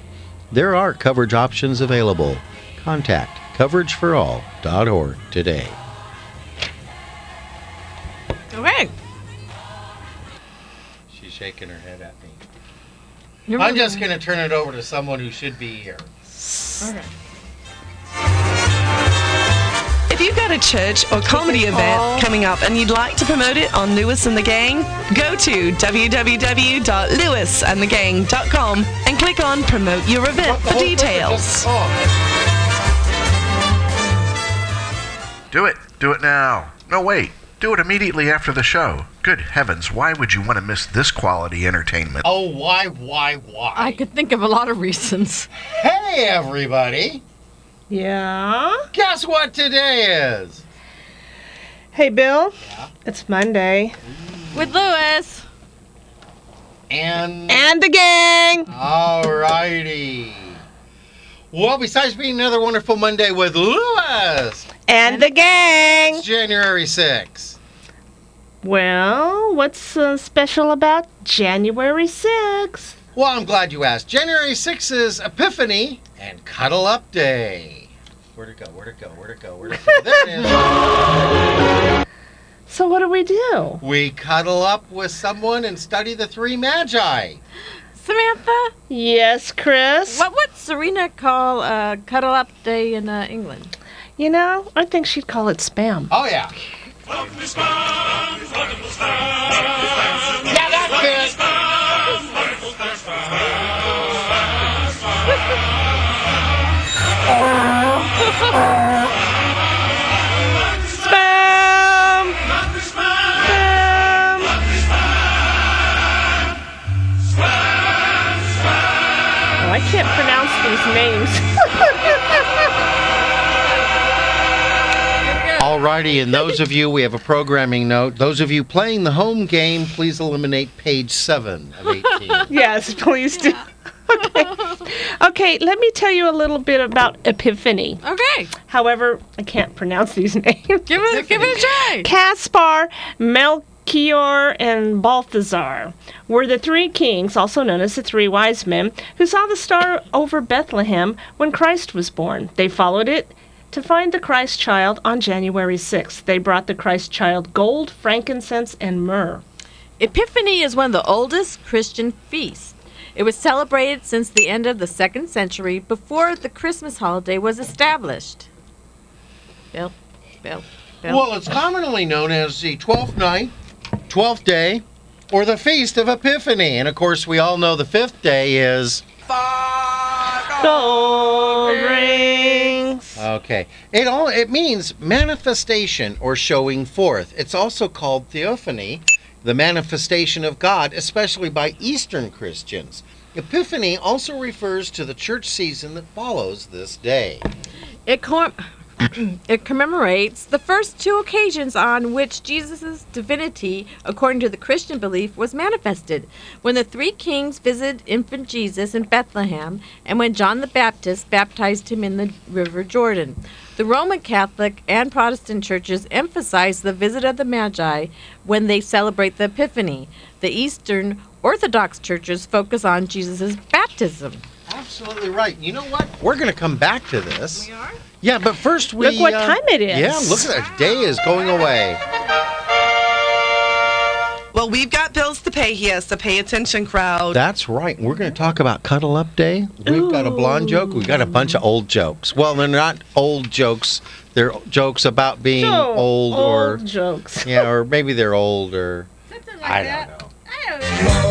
S1: There are coverage options available. Contact coverageforall.org today.
S3: Okay.
S1: She's shaking her head at me.
S3: You're
S1: I'm
S3: welcome.
S1: just going to turn it over to someone who should be here.
S3: Okay.
S7: If you've got a church or comedy event coming up and you'd like to promote it on Lewis and the Gang, go to www.lewisandthegang.com and click on Promote Your Event for details.
S4: Do it. Do it now. No, wait. Do it immediately after the show. Good heavens, why would you want to miss this quality entertainment?
S1: Oh, why, why, why?
S3: I could think of a lot of reasons.
S1: Hey, everybody.
S2: Yeah.
S1: Guess what today is?
S2: Hey, Bill. It's Monday.
S3: With Lewis.
S1: And
S2: And the gang.
S1: Alrighty. Well, besides being another wonderful Monday with Lewis,
S2: And the gang.
S1: it's January 6th.
S2: Well, what's uh, special about January 6th?
S1: Well, I'm glad you asked. January 6th is Epiphany and Cuddle Up Day. Where'd it go? Where'd it go? Where'd it go? Where'd it go? There it
S2: So, what do we do?
S1: is. We cuddle up with someone and study the three magi.
S3: Samantha,
S2: Yes, Chris.
S3: what would Serena call uh, cuddle up day in uh, England?
S2: You know, I think she'd call it spam.
S1: Oh, yeah. Yeah, that's it.
S2: Spam! Oh, I can't pronounce these names.
S1: Alrighty, and those of you, we have a programming note. Those of you playing the home game, please eliminate page 7 of 18.
S2: yes, please do. Okay. okay, let me tell you a little bit about Epiphany.
S3: Okay,
S2: However, I can't pronounce these names.
S3: give it, give it a try.
S2: Caspar, Melchior, and Balthazar were the three kings, also known as the three wise men, who saw the star over Bethlehem when Christ was born. They followed it to find the Christ child on January 6th. They brought the Christ child gold, frankincense, and myrrh.
S3: Epiphany is one of the oldest Christian feasts. It was celebrated since the end of the second century before the Christmas holiday was established. Bill, Bill, Bill.
S1: Well, it's commonly known as the 12th night, 12th day, or the Feast of Epiphany. And of course, we all know the fifth day is.
S2: Gold rings.
S1: Okay. It all it means manifestation or showing forth. It's also called theophany, the manifestation of God, especially by Eastern Christians. Epiphany also refers to the church season that follows this day.
S3: It, com- it commemorates the first two occasions on which Jesus' divinity, according to the Christian belief, was manifested when the three kings visited infant Jesus in Bethlehem and when John the Baptist baptized him in the River Jordan. The Roman Catholic and Protestant churches emphasize the visit of the Magi when they celebrate the Epiphany. The Eastern Orthodox churches focus on Jesus' baptism.
S1: Absolutely right. You know what? We're going to come back to this. We are? Yeah, but first we. uh,
S2: Look what time it is.
S1: Yeah, look at that. Day is going away.
S7: Well, we've got bills to pay here, so pay attention, crowd.
S1: That's right. We're going to talk about Cuddle Up Day. We've got a blonde joke. We've got a bunch of old jokes. Well, they're not old jokes. They're jokes about being
S2: So
S1: old, or.
S2: old jokes.
S1: Yeah, or maybe they're old or. I don't know.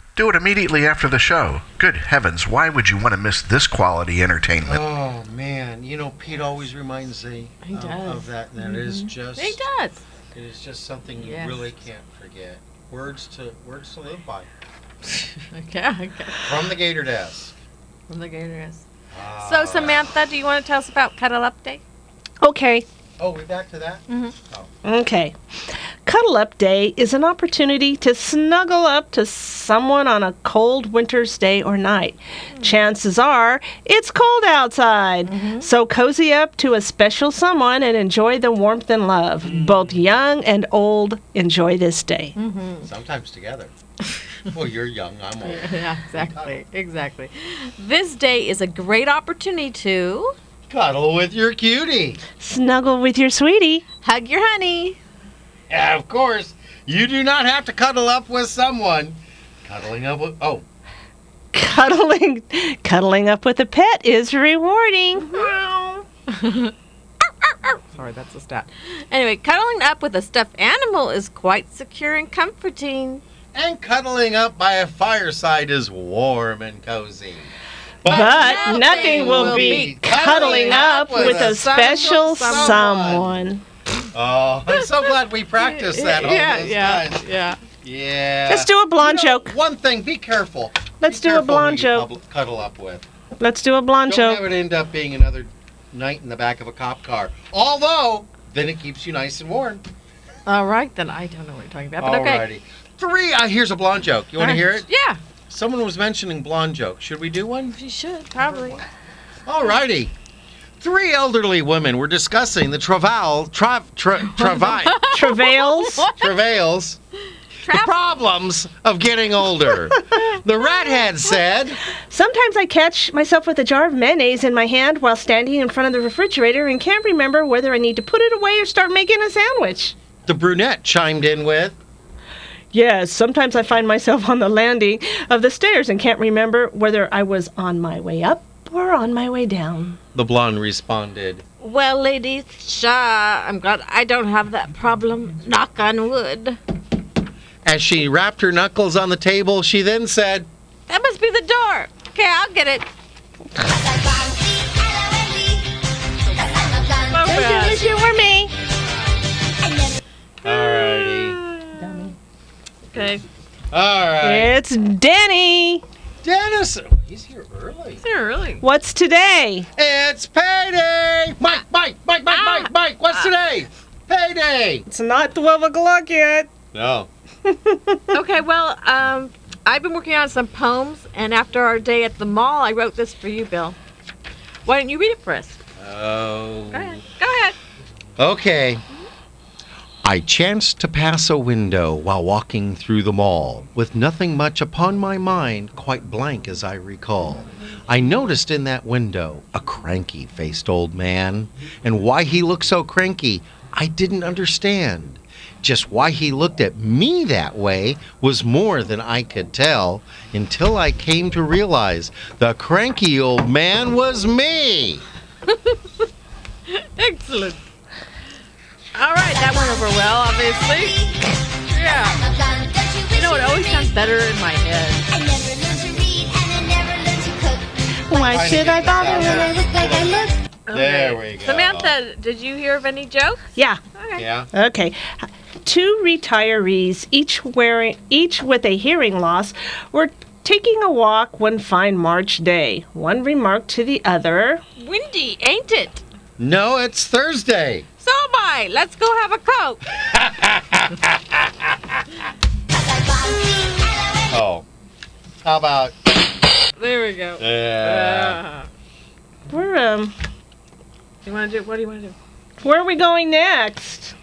S4: Do it immediately after the show. Good heavens, why would you want to miss this quality entertainment?
S1: Oh, man. You know, Pete always reminds me
S3: He
S1: of,
S3: does.
S1: of that. And that
S2: Mm-hmm.
S1: is just.
S3: He does.
S1: It is just something you
S3: Yes.
S1: really can't forget. Words to words to live by.
S3: Okay, okay.
S1: From the Gator Ah. Desk.
S3: From the gator is. So, Samantha, do you want to tell us about Cuddle Up Day?
S2: Okay.
S1: Oh, we're back to that?
S2: Okay. Cuddle Up Day is an opportunity to snuggle up to someone on a cold winter's day or night. Chances are it's cold outside. So cozy up to a special someone and enjoy the warmth and love. Both young and old enjoy this day.
S1: Sometimes together. well, you're young, I'm old.
S3: yeah, exactly. Exactly. This day is a great opportunity to
S1: Cuddle with your cutie.
S2: Snuggle with your sweetie.
S3: hug your honey.
S1: Of course, you do not have to cuddle up with someone. Cuddling up with. Oh,
S2: Cuddling cuddling up with a pet is rewarding.
S3: Sorry, that's a stat. Anyway, cuddling up with a stuffed animal is quite secure and comforting.
S1: and cuddling up by a fireside is warm and cozy.
S2: But, nothing will be cuddling up with a special someone.
S1: Oh, I'm so glad we practiced that all
S2: Yeah,
S1: those
S2: yeah,
S1: times.
S3: Yeah.
S1: Yeah.
S2: Let's do a blonde joke.
S1: One thing, be careful.
S2: Let's do a
S1: careful who you
S2: blonjo.
S1: cub- Cuddle up with.
S2: Let's do a
S1: Don't
S2: blonjo.
S1: have it end up being another night in the back of a cop car. Although, then it keeps you nice and warm.
S3: All right, then I don't know what you're talking about, but okay.
S1: Alrighty. Three. Uh, here's a blonde joke. You want to
S3: Alright.
S1: hear it?
S3: Yeah.
S1: Someone was mentioning blonde jokes. Should we do one?
S3: You should probably.
S1: Alrighty. Three elderly women were discussing the travail, tra, tra, travail,
S2: travails,
S1: travails, the problems of getting older. the redhead said,
S2: Sometimes I catch myself with a jar of mayonnaise in my hand while standing in front of the refrigerator and can't remember whether I need to put it away or start making a sandwich.
S1: The brunette chimed in with,
S2: Yes, sometimes I find myself on the landing of the stairs and can't remember whether I was on my way up or on my way down.
S1: The blonde responded,
S3: Well, ladies, sure. I'm glad I don't have that problem. Knock on wood.
S1: As she rapped her knuckles on the table, she then said,
S3: That must be the door. Okay, I'll get it.
S13: Wish
S3: it were me.
S1: Alrighty.
S3: Okay.
S1: Alright.
S2: It's Denny.
S1: Dennis, Oh, he's here early. He's
S3: here early.
S2: What's today?
S1: It's payday! Mike, Mike, Mike, Mike, Mike, Mike, what's today? Payday!
S2: It's not 12 o'clock yet.
S1: No.
S3: okay, well, um, I've been working on some poems, and after our day at the mall, I wrote this for you, Bill. Why don't you read it for us? Go
S1: Oh.
S3: ahead. Go ahead.
S1: Okay. I chanced to pass a window while walking through the mall, with nothing much upon my mind, quite blank as I recall. I noticed in that window a cranky faced old man, and why he looked so cranky, I didn't understand. Just why he looked at me that way was more than I could tell until I came to realize the cranky old man was me.
S3: Excellent. All right, that went over well, obviously. Yeah. You know, it always sounds better in my head.
S2: Why should I bother when I look like I look?
S1: There we go.
S3: Samantha, did you hear of any jokes?
S2: Yeah.
S1: Yeah.
S2: Okay. Two retirees, each wearing each with a hearing loss, were taking a walk one fine March day. One remarked to the other,
S3: Windy, ain't it?
S1: No, it's Thursday.
S3: So am I. Let's go have a coke.
S1: Oh. How about
S3: There we go. Uh,
S1: Yeah.
S2: "We're um,
S3: You want to do? What do you want to do?
S2: where are we going next?"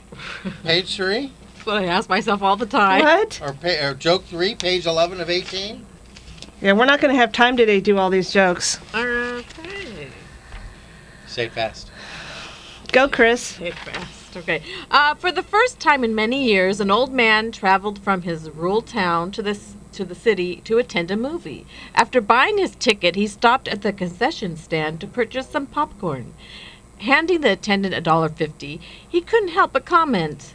S1: uh, page three?
S3: That's what I ask myself all the time.
S2: What?
S1: Or, pa- or joke three, page 11 of 18?
S2: Yeah, we're not going to have time today to do all these jokes.
S3: Okay.
S1: Say it fast.
S2: Go, Chris.
S3: Take fast. Okay. Uh, for the first time in many years, an old man traveled from his rural town to this to the city to attend a movie. After buying his ticket, he stopped at the concession stand to purchase some popcorn. Handing the attendant a dollar fifty, he couldn't help but comment.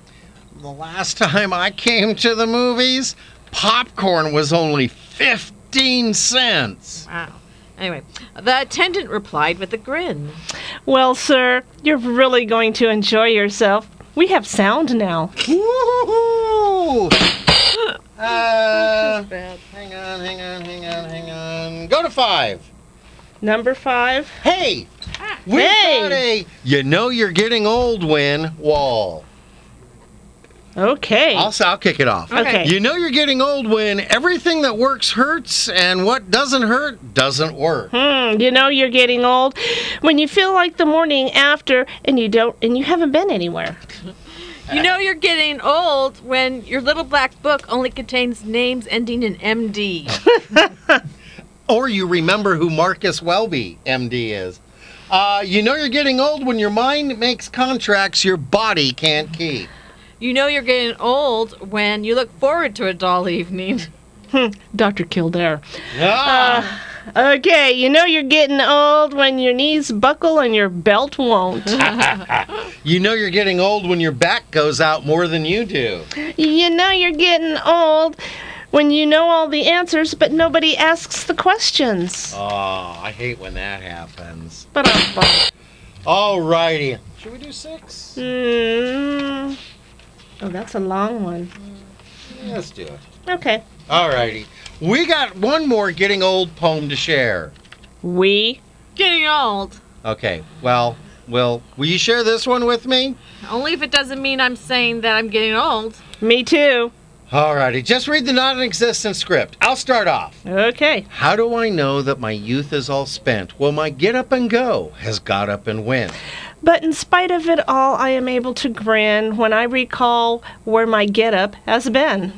S1: The last time I came to the movies, popcorn was only 15 cents.
S3: Wow. Anyway, the attendant replied with a grin.
S2: Well, sir, you're really going to enjoy yourself. We have sound now.
S1: Woohoo! Uh,
S3: bad.
S1: hang on, hang on, hang on, hang on. Go to five.
S2: Number five.
S1: Hey, we
S2: Hey!
S1: got a you know you're getting old when wall.
S2: Okay.
S1: I'll, s- I'll kick it off.
S2: Okay.
S1: You know you're getting old when everything that works hurts and what doesn't hurt doesn't work.
S2: Hmm, you know you're getting old when you feel like the morning after and you don't and you haven't been anywhere.
S3: You know you're getting old when your little black book only contains names ending in MD.
S1: Or you remember who Marcus Welby, MD, is. Uh, you know you're getting old when your mind makes contracts your body can't keep.
S3: You know you're getting old when you look forward to a dull evening.
S2: Dr. Kildare.
S1: Ah,
S2: Okay, you know you're getting old when your knees buckle and your belt won't.
S1: you know you're getting old when your back goes out more than you do.
S2: you know you're getting old when you know all the answers but nobody asks the questions.
S1: Oh, I hate when that happens.
S2: But uh,
S1: Alrighty. Should we do six?
S2: mm, oh, that's a long one.
S1: Yeah, let's do it.
S2: Okay.
S1: Alrighty. We got one more getting old poem to share.
S2: We?
S3: Getting old.
S1: Okay, well, will will you share this one with me?
S3: Only if it doesn't mean I'm saying that I'm getting old.
S2: Me too.
S1: Alrighty, just read the non-existent script. I'll start off.
S2: Okay.
S1: How do I know that my youth is all spent? Well, my get up and go has got up and went.
S2: But in spite of it all, I am able to grin when I recall where my getup has been.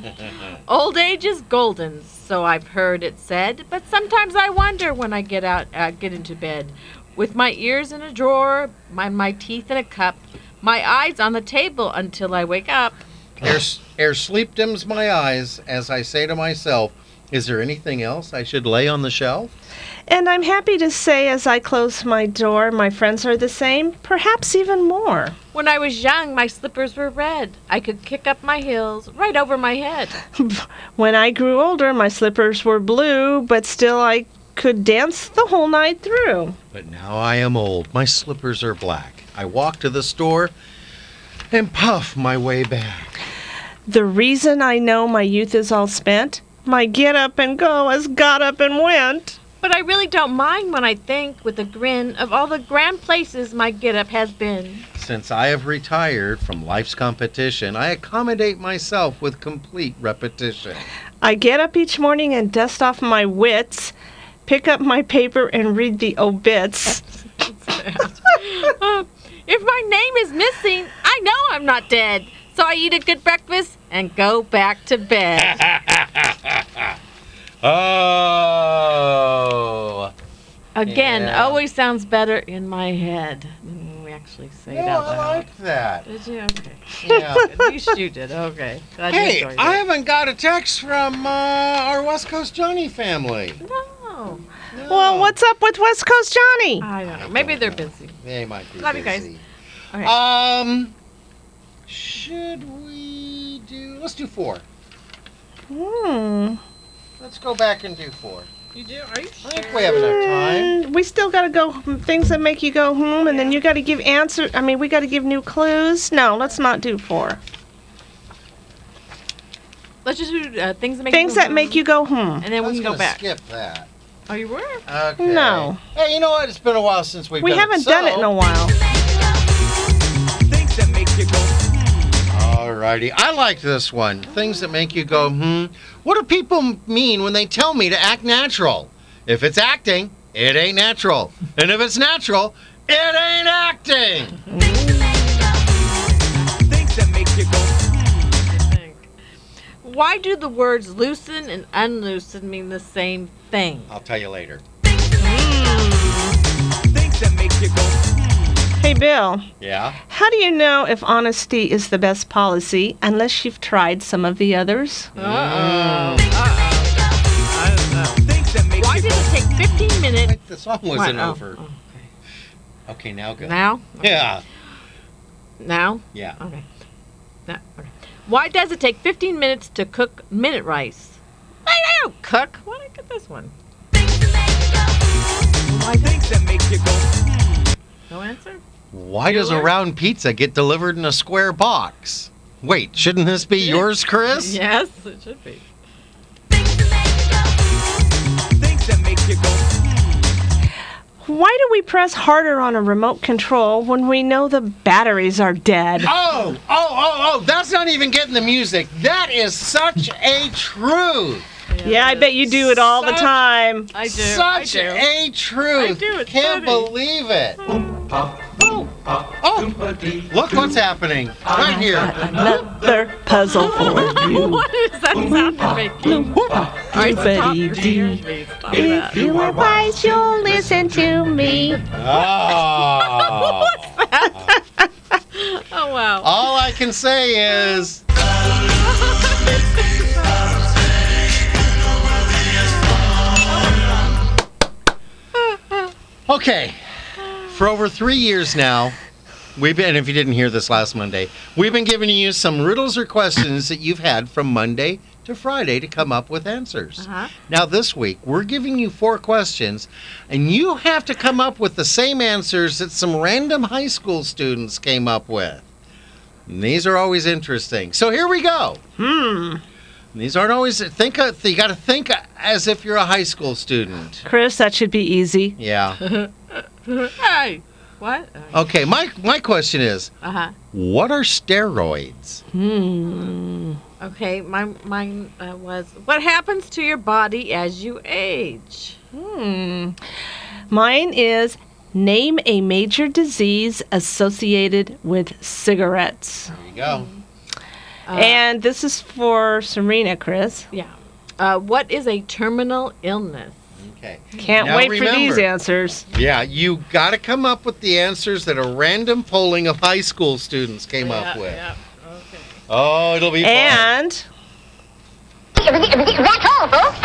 S3: Old age is golden, so I've heard it said. But sometimes I wonder when I get out, uh, get into bed, with my ears in a drawer, my my teeth in a cup, my eyes on the table until I wake up.
S1: Ere, ere sleep dims my eyes, as I say to myself, is there anything else I should lay on the shelf?
S2: And I'm happy to say as I close my door, my friends are the same, perhaps even more.
S3: When I was young, my slippers were red. I could kick up my heels right over my head.
S2: When I grew older, my slippers were blue, but still I could dance the whole night through.
S1: But now I am old. My slippers are black. I walk to the store and puff my way back.
S2: The reason I know my youth is all spent, my get up and go has got up and went.
S3: But I really don't mind when I think, with a grin, of all the grand places my getup has been.
S1: Since I have retired from life's competition, I accommodate myself with complete repetition.
S2: I get up each morning and dust off my wits, pick up my paper and read the obits.
S3: Uh, if my name is missing, I know I'm not dead. So I eat a good breakfast and go back to bed.
S1: Oh.
S3: Again,
S1: Yeah.
S3: always sounds better in my head. than We actually say it
S1: No,
S3: out
S1: oh, I
S3: loud.
S1: like that.
S3: Did you? Okay.
S1: Yeah.
S3: At least you did. Okay. Glad you
S1: Hey,
S3: enjoyed
S1: I
S3: it.
S1: haven't got a text from uh, our West Coast Johnny family.
S3: Oh,
S2: Well, what's up with West Coast Johnny?
S3: I don't know. Maybe they're busy.
S1: They might be.
S3: Love you guys.
S1: busy.
S3: All right.
S1: Um, should we do? Let's do four.
S2: Hmm.
S1: Let's go back and do four.
S3: You do? Are you sure?
S1: I think we have enough time.
S2: Mm, We still gotta go hmm, things that make you go hmm, and then you gotta give answer. I mean, we gotta give new clues. No, let's not do four.
S3: Let's just do uh, things that make
S2: Things
S3: you
S2: that make you go hmm.
S3: And then
S1: I
S3: we
S1: was
S3: can go
S1: gonna
S3: back.
S1: Skip that.
S3: Oh, you were?
S1: Okay.
S2: No.
S1: Hey, you know what? It's been a while since we've
S2: We
S1: done
S2: haven't
S1: it, so-
S2: done it in a while.
S13: Things that make you go.
S1: Alrighty, I like this one. Things that make you go, hmm. What do people m- mean when they tell me to act natural? If it's acting, it ain't natural. And if it's natural, it ain't acting.
S13: Things that make you go.
S3: Why do the words loosen and unloosen mean the same thing?
S1: I'll tell you later.
S13: Things that make you go.
S2: Hey, Bill.
S1: Yeah?
S2: How do you know if honesty is the best policy unless you've tried some of the others?
S13: Things that make
S3: Why
S13: you
S3: did it take 15 minutes?
S1: The song wasn't Oh,
S3: Oh.
S1: over. Okay, now go.
S3: Now?
S1: Yeah.
S3: Now?
S1: Yeah.
S3: Okay. Now, okay. Why does it take 15 minutes to cook minute rice? I, I don't cook. Why did I get this one?
S13: go. Things that make you go. hmm.
S3: No answer?
S1: Why does a round pizza get delivered in a square box? Wait, shouldn't this be yours, Chris?
S3: Yes, it should be.
S13: Things that make you go.
S2: Why do we press harder on a remote control when we know the batteries are dead?
S1: Oh, oh, oh, oh, that's not even getting the music. That is such a truth.
S2: yeah, I bet you do it all the
S1: Such-
S2: time.
S3: I do.
S1: Such
S3: I do.
S1: a truth.
S3: I do, it's
S1: Can't
S3: funny.
S1: believe it. Oh, look what's happening right here.
S2: Another puzzle for you.
S3: what is that sound you're making? All right, stop. You're scaring me. Stop that.
S2: You are wise, you'll listen to me.
S1: Oh.
S3: Oh, wow.
S1: All I can say is. Okay. For over three years now, we've been, and if you didn't hear this last Monday, we've been giving you some riddles or questions that you've had from Monday to Friday to come up with answers.
S3: Uh-huh.
S1: Now, this week, we're giving you four questions, and you have to come up with the same answers that some random high school students came up with. And these are always interesting. So here we go.
S2: Hmm.
S1: These aren't always think. of- You got to think as if you're a high school student.
S2: Chris, that should be easy.
S1: Yeah.
S3: hey, what?
S1: Okay. My my question is,
S3: Uh huh.
S1: what are steroids?
S2: Hmm.
S3: Okay, my mine uh, was what happens to your body as you age.
S2: Hmm. Mine is name a major disease associated with cigarettes.
S1: There you go. Uh.
S3: Uh,
S2: and this is for Serena, Chris.
S3: Yeah. Uh, what is a terminal illness?
S1: Okay.
S2: Can't
S1: Now
S2: wait for these
S1: remember.
S2: answers.
S1: Yeah, you got to come up with the answers that a random polling of high school students came up with. Oh, it'll be fun.
S2: And
S14: That's all, folks.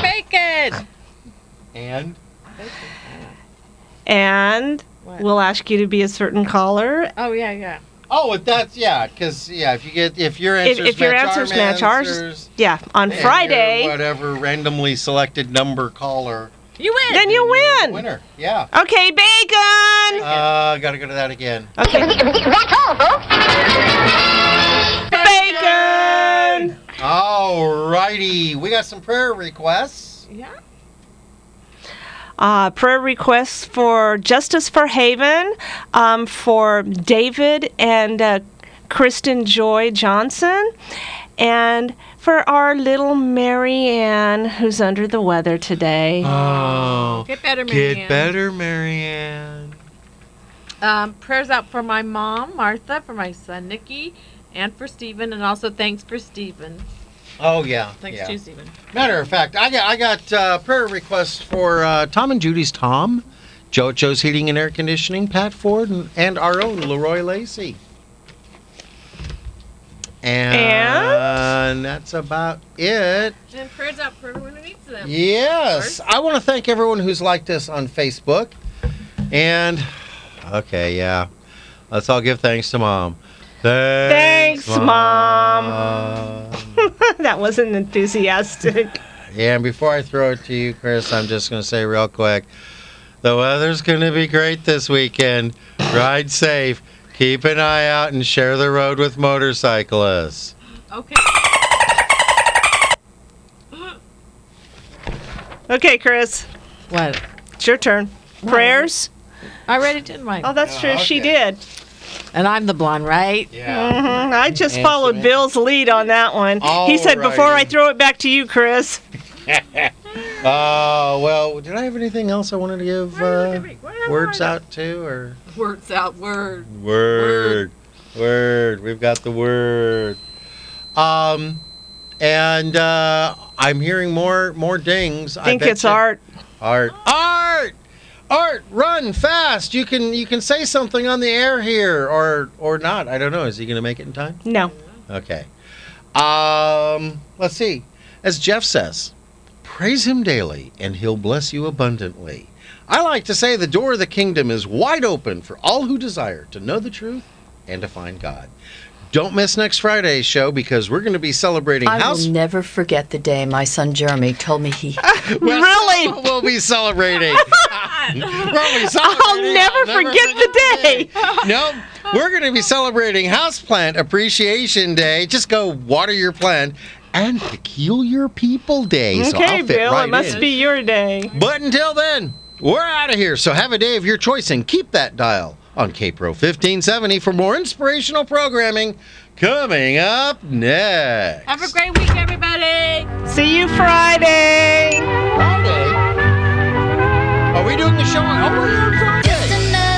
S3: Bacon.
S1: And
S2: and we'll ask you to be a certain caller.
S3: Oh yeah, yeah.
S1: oh, if that's yeah, because yeah, if you get if your
S2: If,
S1: answers
S2: if your
S1: match
S2: answers
S1: our
S2: match ours,
S1: answers,
S2: yeah, on
S1: and your
S2: Friday,
S1: whatever randomly selected number caller
S3: you win.
S2: Then you win.
S1: winner. Yeah.
S2: Okay, bacon.
S1: Uh, gotta go to that again.
S14: That's all, folks.
S2: Bacon.
S1: All righty, we got some prayer requests.
S3: Yeah.
S2: Uh, prayer requests for Justice for Haven, um, for David and uh, Kristen Joy Johnson, and for our little Mary Ann who's under the weather today.
S1: Oh,
S3: Get better, Marianne.
S1: Marianne.
S3: Um, prayers out for my mom, Martha, for my son, Nikki, and for Stephen, and also thanks for Stephen.
S1: Oh yeah.
S3: Thanks
S1: yeah.
S3: to Stephen.
S1: Matter of fact, I got I got uh, prayer requests for uh, Tom and Judy's Tom, Joe at Joe's Heating and Air Conditioning, Pat Ford, and, and our own Leroy Lacey. And, that's about it.
S3: And prayers out for everyone who needs them.
S1: Yes, I want to thank everyone who's liked us on Facebook, and okay, yeah, let's all give thanks to mom.
S2: Thanks, Mom.
S1: Mom.
S2: that wasn't enthusiastic.
S1: Yeah, and before I throw it to you, Chris, I'm just going to say real quick the weather's going to be great this weekend. Ride safe, keep an eye out, and share the road with motorcyclists.
S3: Okay.
S2: Okay, Chris,
S3: What?
S2: it's your turn. Prayers.
S3: I already did mine.
S2: Oh, that's true. She did.
S3: And I'm the blonde, right?
S2: hmm I just
S3: Answer
S2: followed
S3: it.
S2: Bill's lead on that one. he said, "Before I
S1: Alrighty.
S2: throw it back to you, Chris."
S1: Uh, well, did I have anything else I wanted to give uh, words out to? or
S3: Words out, word.
S1: Word. Word. We've got the word. Um, and uh, I'm hearing more more dings.
S2: Think
S1: bet
S2: it's
S1: you-
S2: art.
S1: Art. Art. Art, run fast. You can you can say something on the air here or or not. I don't know. Is he going to make it in time?
S2: No.
S1: Okay. Um, let's see. As Jeff says, praise him daily and he'll bless you abundantly. I like to say the door of the kingdom is wide open for all who desire to know the truth and to find God. Don't miss next Friday's show because we're going to be celebrating
S15: I
S1: house
S15: will never forget the day my son Jeremy told me he.
S1: really? We'll be celebrating. We'll be celebrating.
S15: never forget
S1: the day. nope. We're going to be celebrating Houseplant Appreciation Day. Just go water your plant and Peculiar People Day. so
S2: okay,
S1: I'll fit
S2: Bill,
S1: right
S2: it must
S1: in.
S2: be your day.
S1: But until then, we're out of here. So have a day of your choice and keep that dial on KPRO 1570 for more inspirational programming coming up next.
S3: Have a great week, everybody.
S2: See you Friday.
S1: Are we doing the show on? Oh, we're here on Friday.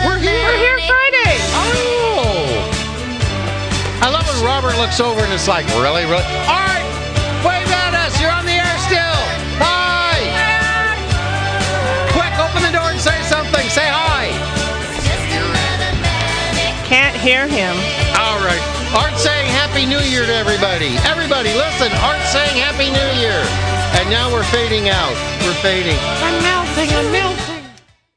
S1: We're here. We're here
S2: Friday.
S1: Oh. I love when Robert looks over and it's like, really, really. Art, wave at us. You're on the air still. Hi. Quick, open the door and say something. Say hi.
S2: Can't hear him.
S1: All right. Art saying Happy New Year to everybody. Everybody, listen. Art saying Happy New Year. And now we're fading out. We're fading.
S2: I'm melting. I'm melting.